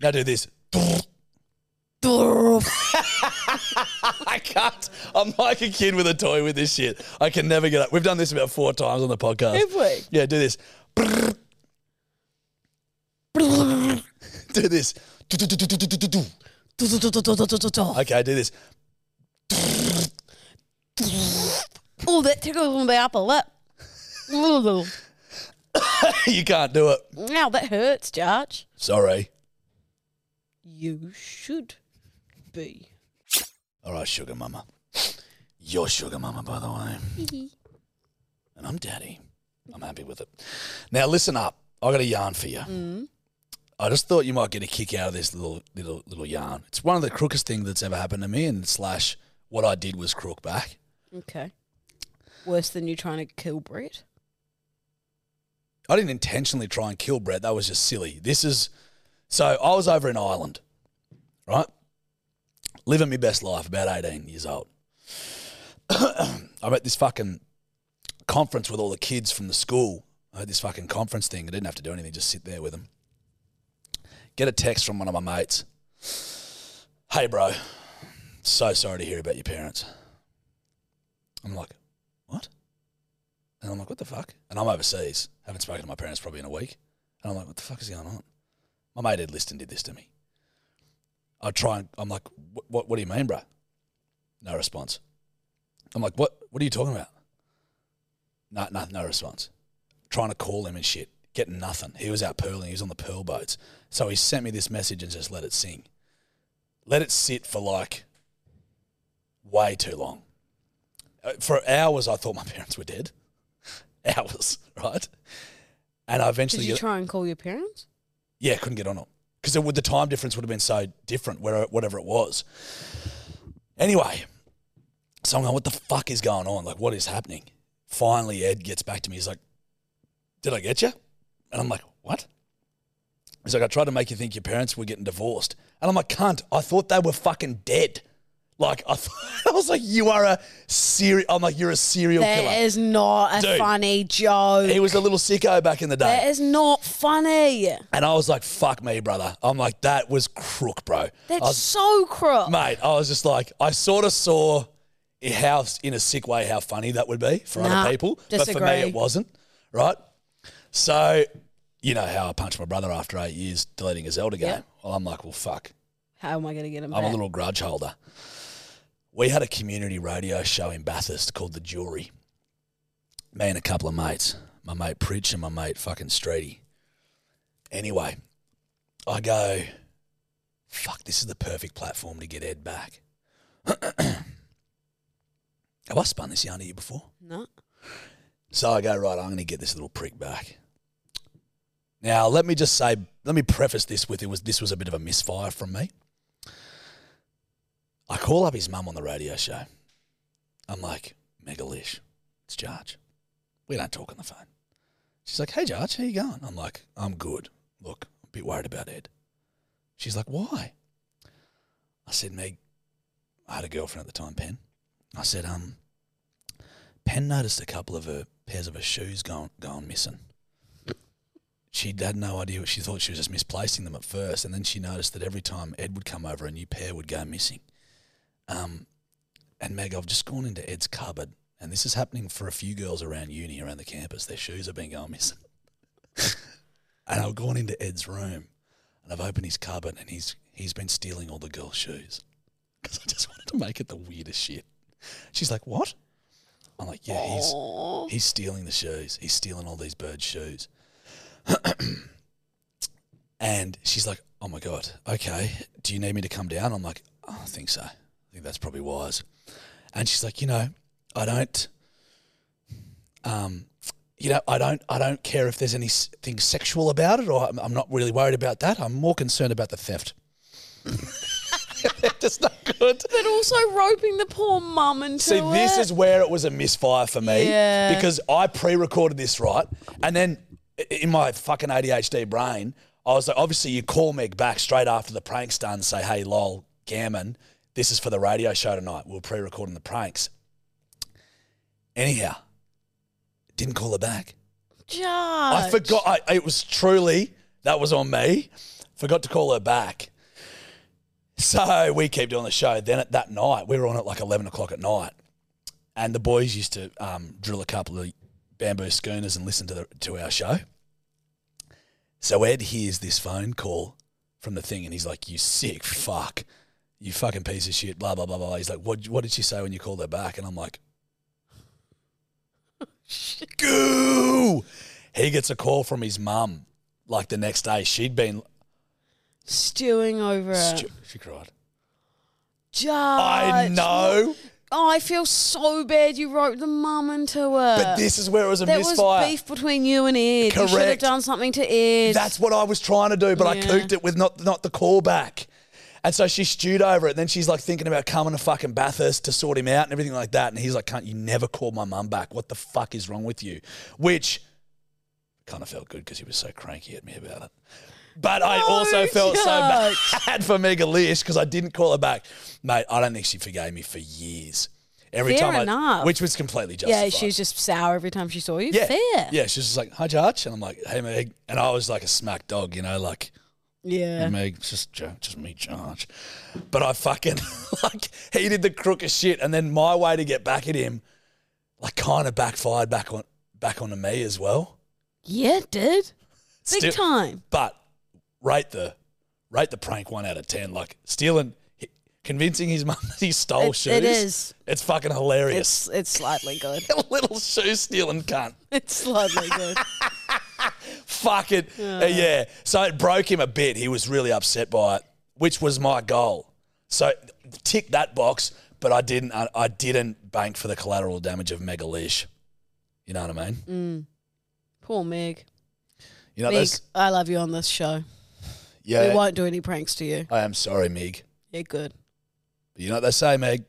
Speaker 1: Now do this. I can't. I'm like a kid with a toy with this shit. I can never get up. We've done this about four times on the podcast.
Speaker 2: Have we?
Speaker 1: Yeah, do this. Do this. Okay, do this.
Speaker 2: Oh, that tickles on the upper lip. Ooh.
Speaker 1: you can't do it.
Speaker 2: Wow, that hurts, Judge.
Speaker 1: Sorry.
Speaker 2: You should be.
Speaker 1: All right, sugar mama. You're sugar mama, by the way. And I'm daddy. I'm happy with it. Now, listen up. I got a yarn for you.
Speaker 2: Mm.
Speaker 1: I just thought you might get a kick out of this little little little yarn. It's one of the crookest things that's ever happened to me, and slash what I did was crook back.
Speaker 2: Okay. Worse than you trying to kill Brett.
Speaker 1: I didn't intentionally try and kill Brett. That was just silly. This is so I was over in Ireland, right? Living my best life, about 18 years old. I'm at this fucking conference with all the kids from the school. I had this fucking conference thing. I didn't have to do anything, just sit there with them. Get a text from one of my mates. Hey, bro, so sorry to hear about your parents. I'm like, what? And I'm like, what the fuck? And I'm overseas. Haven't spoken to my parents probably in a week. And I'm like, what the fuck is going on? My mate Ed Liston did this to me. I try and I'm like, what, what, what do you mean, bro? No response. I'm like, what, what are you talking about? No, no, no response. Trying to call him and shit, getting nothing. He was out pearling. He was on the pearl boats. So he sent me this message and just let it sing. Let it sit for like way too long. Uh, For hours, I thought my parents were dead. Hours, right? And I
Speaker 2: Did
Speaker 1: eventually
Speaker 2: you
Speaker 1: get-
Speaker 2: try and call your parents?
Speaker 1: yeah, couldn't get on it because it would the time difference would have been so different, where, whatever it was. Anyway, so I'm going, what the fuck is going on? Like, what is happening? Finally, Ed gets back to me. He's like, "Did I get you?" And I'm like, "What?" He's like, "I tried to make you think your parents were getting divorced," and I'm like, "Cunt! I thought they were fucking dead." Like, I, thought, I was like, "You are a serial." I'm like, "You're a serial killer."
Speaker 2: That is not a
Speaker 1: Dude.
Speaker 2: funny joke.
Speaker 1: he was a little sicko back in the day.
Speaker 2: That is not funny.
Speaker 1: And I was like, fuck me, brother. I'm like, that was crook, bro.
Speaker 2: That's
Speaker 1: I was-
Speaker 2: so crook.
Speaker 1: Mate, I was just like, I sort of saw i- how, in a sick way, how funny that would be for
Speaker 2: Nah,
Speaker 1: other people. But for
Speaker 2: disagree.
Speaker 1: me, it wasn't, right? So, you know how I punched my brother after eight years deleting a Zelda game.
Speaker 2: Yeah.
Speaker 1: Well, I'm like, well, fuck.
Speaker 2: How am I going to get him
Speaker 1: I'm a
Speaker 2: back?
Speaker 1: little grudge holder. We had a community radio show in Bathurst called The Jury. Me and a couple of mates, my mate Pritch and my mate fucking Streety. Anyway, I go, fuck, this is the perfect platform to get Ed back. Have I spun this yarn to you before?
Speaker 2: No.
Speaker 1: So I go, right, I'm going to get this little prick back. Now, let me just say, let me preface this with it was this was a bit of a misfire from me. I call up his mum on the radio show. I'm like, Megalish, it's Jarge. We don't talk on the phone. She's like, hey, Jarge, how you going? I'm like, I'm good. Look, I'm a bit worried about Ed. She's like, why? I said, Meg, I had a girlfriend at the time, Pen. I said, um, Pen noticed a couple of her pairs of her shoes gone gone missing. She had no idea what she thought she was just misplacing them at first, and then she noticed that every time Ed would come over, a new pair would go missing. Um, and Meg, I've just gone into Ed's cupboard, and this is happening for a few girls around uni, around the campus. Their shoes have been going missing, and I've gone into Ed's room, and I've opened his cupboard, and he's he's been stealing all the girls' shoes because I just wanted to make it the weirdest shit. She's like, "What?" I'm like, yeah, he's he's stealing the shoes. He's stealing all these birds' shoes. and she's like, oh my god, okay. Do you need me to come down? I'm like, "Oh, I think so. I think that's probably wise. And she's like, you know, I don't, um, you know, I don't, I don't care if there's anything sexual about it, or I'm, I'm not really worried about that. I'm more concerned about the theft. That's not good.
Speaker 2: But also roping the poor mum into
Speaker 1: See, this
Speaker 2: it.
Speaker 1: is where it was a misfire for me
Speaker 2: Yeah.
Speaker 1: because I pre-recorded this right, and then i- in my fucking ADHD brain, I was like, obviously you call Meg back straight after the prank's done, and say, "Hey, lol, gammon, this is for the radio show tonight. We're pre-recording the pranks." Anyhow, didn't call her back.
Speaker 2: Judge.
Speaker 1: I forgot. I, it was truly that was on me. Forgot to call her back. So we keep doing the show. Then at that night, we were on at like eleven o'clock at night, and the boys used to um, drill a couple of bamboo schooners and listen to the to our show. So Ed hears this phone call from the thing, and he's like, "You sick fuck, you fucking piece of shit." Blah blah blah blah. He's like, "What what did she say when you called her back?" And I'm like, "Goo." He gets a call from his mum like the next day. She'd been
Speaker 2: Stewing over it.
Speaker 1: Stu- she cried.
Speaker 2: Judge.
Speaker 1: I know.
Speaker 2: Oh, I feel so bad you roped the mum into it.
Speaker 1: But this is where it was a
Speaker 2: that
Speaker 1: misfire.
Speaker 2: was beef between you and Ed. You should have
Speaker 1: Correct.
Speaker 2: done something to Ed.
Speaker 1: That's what I was trying to do, but I
Speaker 2: Yeah.
Speaker 1: cooked it with not not the callback. And so she stewed over it. And then she's like thinking about coming to fucking Bathurst to sort him out and everything like that. And he's like, "Can't you never call my mum back? What the fuck is wrong with you?" Which kind of felt good because he was so cranky at me about it. But I also felt so bad for Megalish because I didn't call her back, mate. I don't think she forgave me for years. Every
Speaker 2: Fair
Speaker 1: time, I,
Speaker 2: enough.
Speaker 1: which was completely justified.
Speaker 2: Yeah, she was just sour every time she saw you.
Speaker 1: Yeah.
Speaker 2: Fair.
Speaker 1: Yeah, she was just like, hi, Judge. And I'm like, hey, Meg. And I was like a smack dog, you know, like,
Speaker 2: Yeah.
Speaker 1: Meg, it's just, Jo- just me, Judge. But I fucking, like, he did the crook of shit. And then my way to get back at him, like, kind of backfired back on back onto me as well.
Speaker 2: Yeah, it did. Big
Speaker 1: Still-
Speaker 2: time.
Speaker 1: But rate the rate the prank one out of 10. Like, stealing, convincing his mum that he stole
Speaker 2: It-
Speaker 1: shoes.
Speaker 2: it is.
Speaker 1: It's fucking
Speaker 2: It's
Speaker 1: hilarious.
Speaker 2: it's slightly good.
Speaker 1: Little shoe stealing cunt.
Speaker 2: It's slightly good.
Speaker 1: fuck it.
Speaker 2: Yeah.
Speaker 1: Uh, yeah. So it broke him a bit. He was really upset by it, which was my goal. So tick that box, but I didn't. I, I didn't bank for the collateral damage of Megalish. You know what I mean?
Speaker 2: Mm. Poor Meg.
Speaker 1: You know
Speaker 2: Meg,
Speaker 1: those.
Speaker 2: I love you on this show.
Speaker 1: Yeah.
Speaker 2: We won't do any pranks to you.
Speaker 1: I am sorry, Meg.
Speaker 2: Yeah, good.
Speaker 1: But you know what they say, Meg.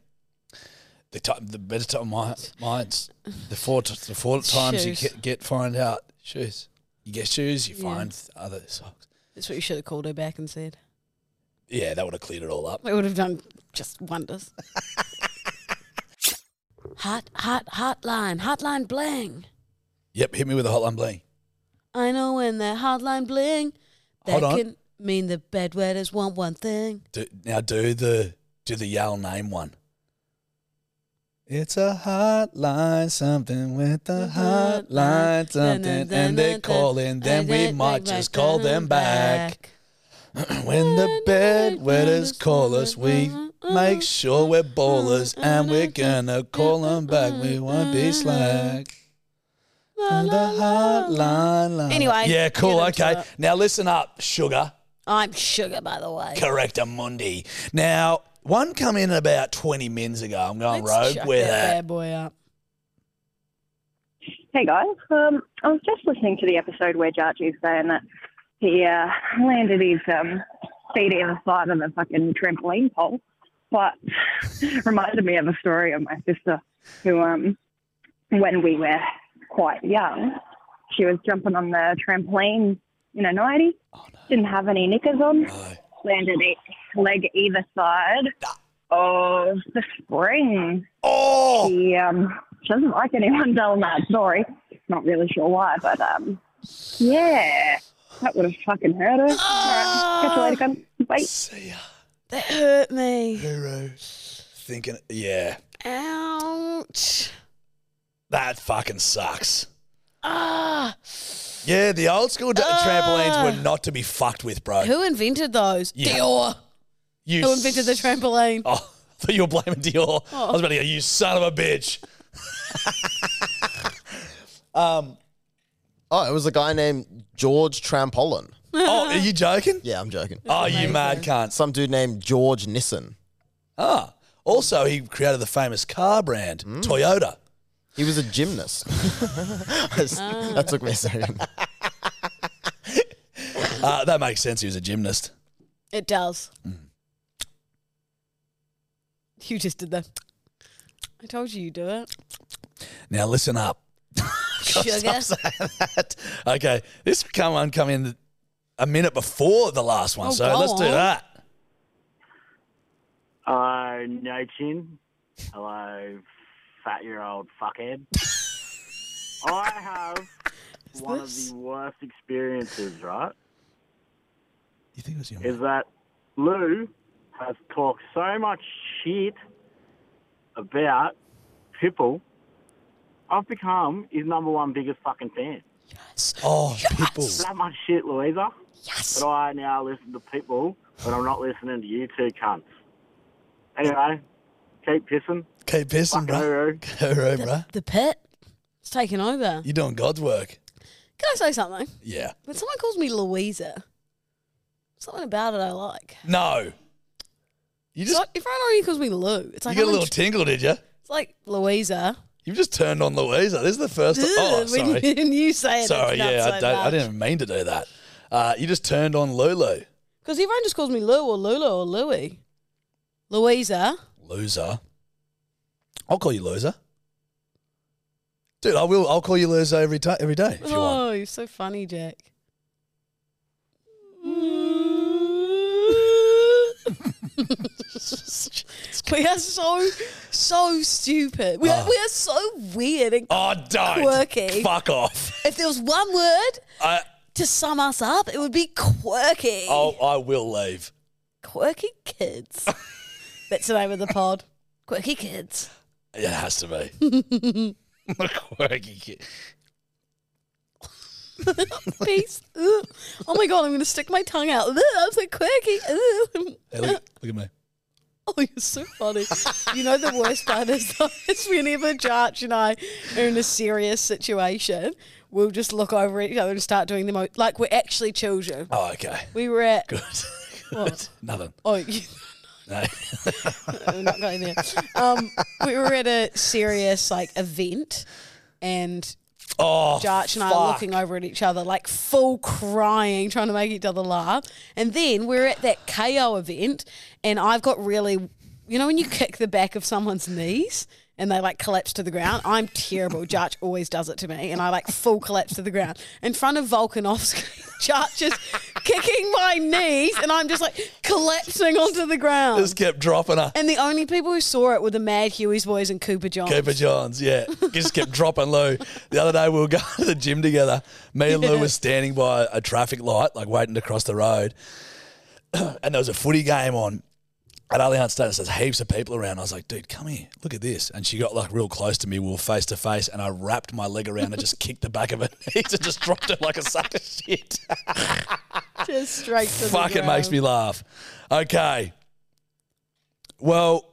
Speaker 1: The, ti the better time my minds, the four t- the four times you
Speaker 2: Shoes.
Speaker 1: get, get find out shoes. You get shoes, you
Speaker 2: Yeah.
Speaker 1: find other socks.
Speaker 2: That's what you should have called her back and said.
Speaker 1: Yeah, that would have cleared it all up.
Speaker 2: It would have done just wonders. hot, hot, hotline, hotline bling.
Speaker 1: Yep, hit me with a hotline bling.
Speaker 2: I know when that hotline bling. That
Speaker 1: Hold on.
Speaker 2: can mean the bedwetters want one thing.
Speaker 1: Do, now do the do the Yale name one. It's a hotline, something with the hotline, something, and they call in, then we might just call them back. when the bedwetters call us, we
Speaker 2: uh,
Speaker 1: make sure we're ballers, and we're gonna call them
Speaker 2: uh,
Speaker 1: back. We won't be slack. And the hotline line.
Speaker 2: Anyway,
Speaker 1: yeah, cool,
Speaker 2: get into
Speaker 1: okay.
Speaker 2: it.
Speaker 1: Now listen up, sugar.
Speaker 2: I'm sugar, by the way.
Speaker 1: Correct, Mundi. Now, one come in about 20 mins ago. I'm going
Speaker 2: Let's
Speaker 1: rogue
Speaker 2: chuck
Speaker 1: with
Speaker 2: that
Speaker 1: that.
Speaker 2: bad boy up.
Speaker 13: Hey guys, um, I was just listening to the episode where Jarch is saying that he uh, landed his um, feet either side of the fucking trampoline pole, but reminded me of a story of my sister who, um, when we were quite young, she was jumping on the trampoline in a nightie,
Speaker 2: Oh,
Speaker 13: didn't have any knickers on, landed e- leg either side
Speaker 14: Oh,
Speaker 13: of the Uh, spring.
Speaker 1: Oh,
Speaker 13: she um, she doesn't like anyone telling that story. Not really sure why, but um, yeah, that would have fucking hurt her.
Speaker 2: Ah!
Speaker 13: All right, catch you later, cunt. Bye.
Speaker 1: See ya.
Speaker 2: That hurt me.
Speaker 1: Hero. Thinking, yeah,
Speaker 2: Ouch.
Speaker 1: that fucking sucks.
Speaker 2: Ah.
Speaker 1: Yeah, the old school d- trampolines were not to be fucked with, bro.
Speaker 2: Who invented those?
Speaker 1: Yeah.
Speaker 2: Dior.
Speaker 1: You
Speaker 2: Who invented the trampoline?
Speaker 1: Oh, I thought you were blaming Dior. I
Speaker 2: Oh.
Speaker 1: was about to go, you son of a bitch.
Speaker 3: um, oh, it was a guy named George Trampolin.
Speaker 1: oh, are you joking?
Speaker 3: Yeah, I'm joking.
Speaker 1: Oh, you mad cunt.
Speaker 3: Some dude named George Nissen.
Speaker 1: Ah. Also, he created the famous car brand, Toyota.
Speaker 3: Mm. He was a gymnast. that took me a second.
Speaker 1: Uh, that makes sense. He was a gymnast.
Speaker 2: It does.
Speaker 1: Mm.
Speaker 2: You just did that. I told you you do it.
Speaker 1: Now, listen up.
Speaker 2: Sugar.
Speaker 1: Okay, this come one come in a minute before the last one,
Speaker 15: Oh,
Speaker 1: so
Speaker 15: go
Speaker 1: let's do
Speaker 15: on.
Speaker 1: that.
Speaker 15: Uh, no chin. Hello, fat year old fuckhead. I have one of the worst experiences, right?
Speaker 1: You think it was your
Speaker 15: Is that Lou has talked so much shit about people, I've become his number one biggest fucking fan.
Speaker 1: Oh, people.
Speaker 15: That much shit, Louisa. Yes. But I now listen to people, but I'm not listening to you two cunts. Anyway, keep pissing.
Speaker 1: Keep pissing, bro. Go, right, bro.
Speaker 2: The pit. It's taken over.
Speaker 1: You're doing God's work.
Speaker 2: Can I say something?
Speaker 1: Yeah.
Speaker 2: When someone calls me Louisa, something about it I like.
Speaker 1: No. You just
Speaker 2: so if I know he calls me Lou, it's
Speaker 1: you
Speaker 2: like
Speaker 1: got a
Speaker 2: I'm
Speaker 1: little
Speaker 2: intr-
Speaker 1: tingle, did you?
Speaker 2: It's like Louisa.
Speaker 1: You've just turned on Louisa. This is the first. oh,
Speaker 2: Ugh, when,
Speaker 1: sorry.
Speaker 2: when you say it,
Speaker 1: Sorry, yeah, I, don't, I didn't mean to do that. Uh, you just turned on Lulu.
Speaker 2: Because everyone just calls me Lou or Lulu or Louie. Louisa.
Speaker 1: Loser. I'll call you loser. Dude, I will. I'll call you loser every time, every day. If you want.
Speaker 2: Oh, you're so funny, Jack. we are so, so stupid. We are,
Speaker 1: Oh.
Speaker 2: we are so weird and
Speaker 1: Oh, don't.
Speaker 2: quirky.
Speaker 1: Fuck off.
Speaker 2: If there was one word
Speaker 1: I.
Speaker 2: to sum us up, it would be quirky.
Speaker 1: I'll, I will leave.
Speaker 2: Quirky kids. That's the name of the pod. Quirky kids.
Speaker 1: It has to be. Quirky kid.
Speaker 2: Peace. Ugh. Oh my god, I'm gonna stick my tongue out. Ugh, I'm so quirky. Ugh.
Speaker 1: Hey, look, look at me.
Speaker 2: Oh, you're so funny. you know the worst part is though, is whenever Jarch and I are in a serious situation, we'll just look over at each other and start doing the most like we're actually children.
Speaker 1: Oh, okay.
Speaker 2: We were at
Speaker 1: Good.
Speaker 2: What?
Speaker 1: Nothing.
Speaker 2: Oh, you,
Speaker 1: No.
Speaker 2: we're not going there. Um, we were at a serious like event, and
Speaker 1: Oh,
Speaker 2: Jarch and I are looking over at each other, like full crying, trying to make each other laugh. And then we're at that KO event, and I've got really, you know, when you kick the back of someone's knees and they like collapse to the ground, I'm terrible. Jarch always does it to me, and I like full collapse to the ground in front of Volkanovski. Jarch is kicking my knees, and I'm just like collapsing onto the ground.
Speaker 1: Just kept dropping her.
Speaker 2: And the only people who saw it were the Mad Huey's boys and Cooper John.
Speaker 1: Cooper Johns, yeah. Just kept dropping Lou. The other day we were going to the gym together. Me and Lou
Speaker 2: Yeah.
Speaker 1: were standing by a traffic light, like waiting to cross the road. and there was a footy game on at Allianz Stadium. There's heaps of people around. I was like, dude, come here. Look at this. And she got like real close to me. We were face to face. And I wrapped my leg around and just kicked the back of her knees and just dropped her like a sack of shit.
Speaker 2: Just straight to the
Speaker 1: Fuck, it makes
Speaker 2: ground.
Speaker 1: me laugh. Okay. Well,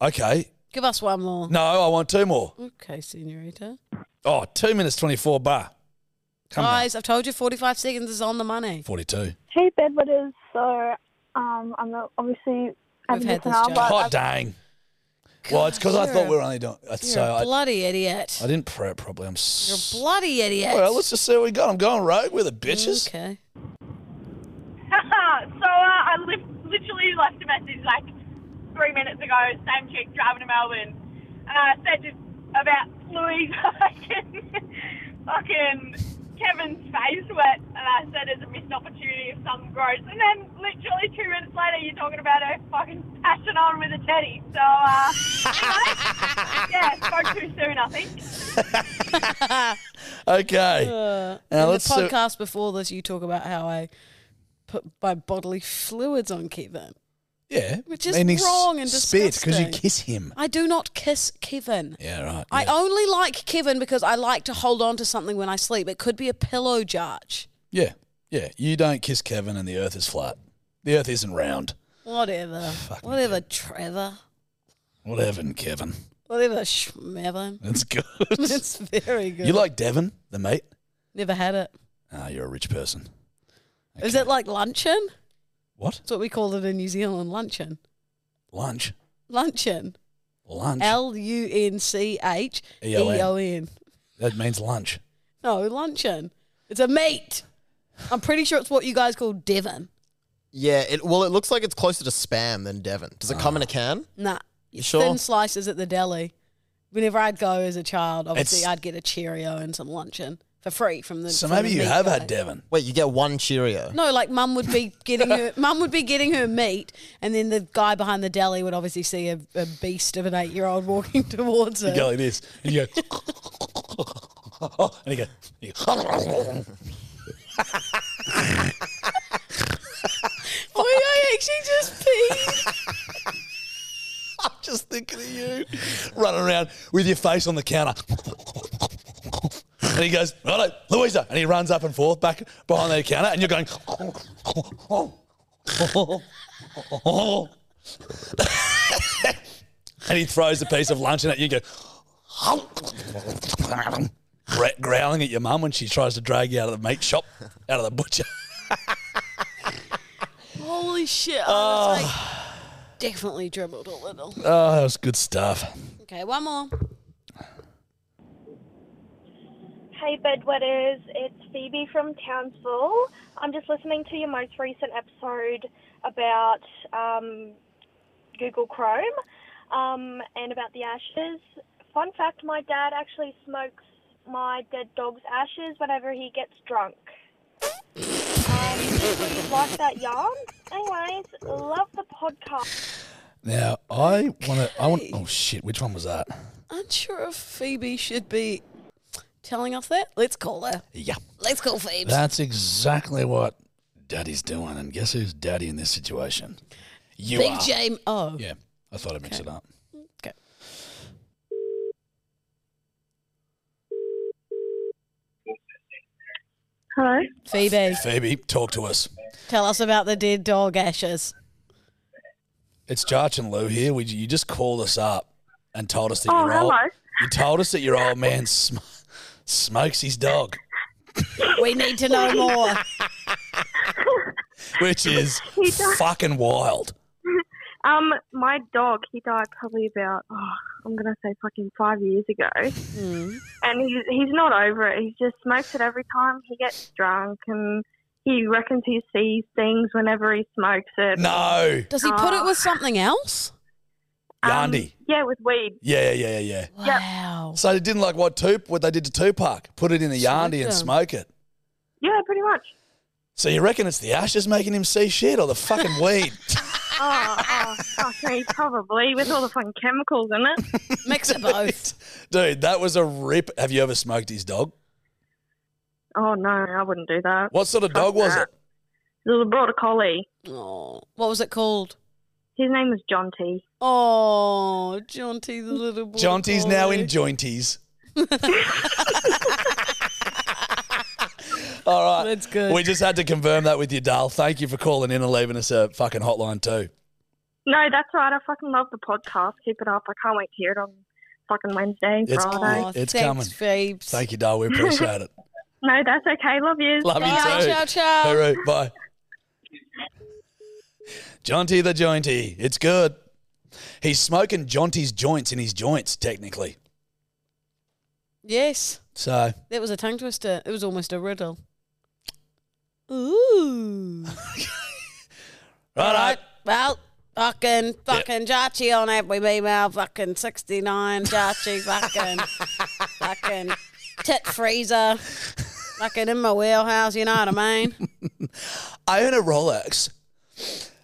Speaker 1: okay.
Speaker 2: Give us one more.
Speaker 1: No, I want two more.
Speaker 2: Okay, senorita.
Speaker 1: Oh, two minutes 24 bar. Come on.
Speaker 2: Guys, I've told you 45 seconds is on the money.
Speaker 1: 42.
Speaker 16: Hey, bedwetters. So, um, I'm not- obviously at
Speaker 2: We've had
Speaker 16: this
Speaker 2: this
Speaker 16: now,
Speaker 2: joke.
Speaker 16: but
Speaker 1: Hot
Speaker 16: I've-
Speaker 1: Oh, dang. well, it's because I
Speaker 2: you're
Speaker 1: thought
Speaker 2: a-
Speaker 1: we were only doing. uh,
Speaker 2: You're
Speaker 1: so
Speaker 2: a
Speaker 1: I,
Speaker 2: bloody idiot.
Speaker 1: I didn't prep properly. I'm so.
Speaker 2: You're a bloody idiot.
Speaker 1: Well, let's just see what we got. I'm going rogue with it, bitches.
Speaker 2: Okay.
Speaker 17: so uh, I li- literally left a message like three minutes ago, same chick driving to Melbourne, and I said just about Louis fucking, fucking Kevin's face wet, and I said it's a missed opportunity if something grows. And then literally two minutes later, you're talking about her fucking passing on with a teddy. So, uh, anyway, yeah, spoke too soon, I think.
Speaker 1: Okay.
Speaker 2: Uh,
Speaker 1: now
Speaker 2: in
Speaker 1: let's
Speaker 2: the
Speaker 1: see.
Speaker 2: podcast before this, you talk about how I put my bodily fluids on Kevin.
Speaker 1: Yeah.
Speaker 2: Which is
Speaker 1: meaning s-
Speaker 2: wrong and
Speaker 1: spit because you
Speaker 2: disgusting.
Speaker 1: kiss him.
Speaker 2: I do not kiss Kevin.
Speaker 1: Yeah, right.
Speaker 2: I only like Kevin because I like to hold on to something when I sleep. It could be a pillow jarch.
Speaker 1: Yeah. Yeah. You don't kiss Kevin and the earth is flat. The earth isn't round.
Speaker 2: Whatever. Whatever, Trevor.
Speaker 1: Whatever, Kevin.
Speaker 2: Whatever, schmever.
Speaker 1: That's good.
Speaker 2: it's very good.
Speaker 1: You like Devon, the mate?
Speaker 2: Never had it.
Speaker 1: Ah, you're a rich person.
Speaker 2: Is it like luncheon?
Speaker 1: What?
Speaker 2: That's what we call it in New Zealand, luncheon.
Speaker 1: Lunch.
Speaker 2: Luncheon.
Speaker 1: Lunch.
Speaker 2: L U N C H E
Speaker 1: E-O-N.
Speaker 2: O N.
Speaker 1: That means lunch.
Speaker 2: No, luncheon. It's a meat. I'm pretty sure it's what you guys call Devon.
Speaker 3: Yeah, it well, it looks like it's closer to spam than Devon. Does it
Speaker 1: Ah.
Speaker 3: come in a can?
Speaker 2: Nah.
Speaker 3: You sure?
Speaker 2: Thin slices at the deli. Whenever I'd go as a child, obviously
Speaker 3: It's-
Speaker 2: I'd get a Cheerio and some luncheon for free from the.
Speaker 3: So
Speaker 2: from the
Speaker 3: maybe you
Speaker 2: meat
Speaker 3: have
Speaker 2: guy.
Speaker 3: had Devon. Wait, you get one Cheerio.
Speaker 2: No, like mum would be getting her mum would be getting her meat, and then the guy behind the deli would obviously see a, a beast of an eight year old walking towards
Speaker 1: You
Speaker 2: her.
Speaker 1: go like this, and you go, and you go, you go.
Speaker 2: Oh, I actually just peed.
Speaker 1: I'm just thinking of you. running around with your face on the counter. And he goes, righto, Louisa. And he runs up and forth back behind the counter, and you're going, and he throws a piece of luncheon at you, you go, Gr- growling at your mum when she tries to drag you out of the meat shop, out of the butcher.
Speaker 2: Holy shit! I
Speaker 3: Oh.
Speaker 2: was like, definitely dribbled a little.
Speaker 1: Oh, that was good stuff.
Speaker 2: Okay, one more.
Speaker 14: Hey, bedwetters, it's Phoebe from Townsville. I'm just listening to your most recent episode about um, Google Chrome um, and about the ashes. Fun fact my dad actually smokes my dead dog's ashes whenever he gets drunk. Um, do you like that yarn? Anyways, love the podcast.
Speaker 1: Now I want to. I want. Oh shit! Which one was that?
Speaker 2: Unsure if Phoebe should be telling us that. Let's call her.
Speaker 1: Yeah.
Speaker 2: Let's call Phoebe.
Speaker 1: That's exactly what Daddy's doing. And guess who's Daddy in this situation? You
Speaker 2: Big
Speaker 1: are.
Speaker 2: J. Oh.
Speaker 1: Yeah, I thought I mixed it up.
Speaker 2: Okay.
Speaker 16: Hello.
Speaker 2: Phoebe,
Speaker 1: Phoebe, talk to us.
Speaker 2: tell us about the dead dog ashes.
Speaker 1: It's Jarch and Lou here. We, you just called us up and told us that
Speaker 16: Oh,
Speaker 1: your old
Speaker 16: hello.
Speaker 1: you told us that your old man sm- smokes his dog,
Speaker 2: We need to know more.
Speaker 1: which is
Speaker 16: He does.
Speaker 1: fucking wild.
Speaker 16: Um, my dog, he died probably about, oh, I'm going to say fucking five years ago.
Speaker 2: Hmm.
Speaker 16: And he's, he's not over it. He just smokes it every time he gets drunk and he reckons he sees things whenever he smokes it.
Speaker 1: No.
Speaker 2: Does he put it
Speaker 16: Oh.
Speaker 2: with something else?
Speaker 16: Um,
Speaker 1: Yandi.
Speaker 16: Yeah, with weed.
Speaker 1: Yeah, yeah, yeah, yeah.
Speaker 2: Wow.
Speaker 1: So they didn't like what Tup what they did to Tupac. Put it in the Yandi
Speaker 16: him.
Speaker 1: and smoke it.
Speaker 16: Yeah, pretty much.
Speaker 1: So you reckon it's the ashes making him see shit or the fucking weed?
Speaker 16: Oh, oh fuck me, probably, with all the fucking chemicals in it.
Speaker 2: Mix of both.
Speaker 1: Dude, that was a rip. Have you ever smoked his dog?
Speaker 16: Oh, no, I wouldn't do that.
Speaker 1: What sort of dog was it?
Speaker 16: It was a border collie.
Speaker 2: Oh, what was it called?
Speaker 16: His name was John T.
Speaker 2: Oh, Jaunty the little boy.
Speaker 1: Jaunty's now in jointies. All right. That's
Speaker 2: good.
Speaker 1: We just had to confirm that with you, Dale. Thank you for calling in and leaving us a fucking hotline too.
Speaker 16: No, that's right. I fucking love the podcast. Keep it up. I can't wait to hear it on fucking Wednesday,
Speaker 1: It's,
Speaker 16: Friday.
Speaker 1: it's coming. Thank you, Dale. We appreciate it.
Speaker 16: No, that's okay. Love you.
Speaker 1: Love you too. All right, bye. Jaunty the jointy. It's good. He's smoking Jaunty's joints in his joints, technically.
Speaker 2: Yes,
Speaker 1: So
Speaker 2: that was a tongue twister. It was almost a riddle. Ooh.
Speaker 1: All right.
Speaker 2: Well, fucking, fucking Jachi on every email. Fucking 69 Jachi. Fucking, fucking tit freezer. Fucking in my wheelhouse, you know what I mean?
Speaker 1: I own a Rolex.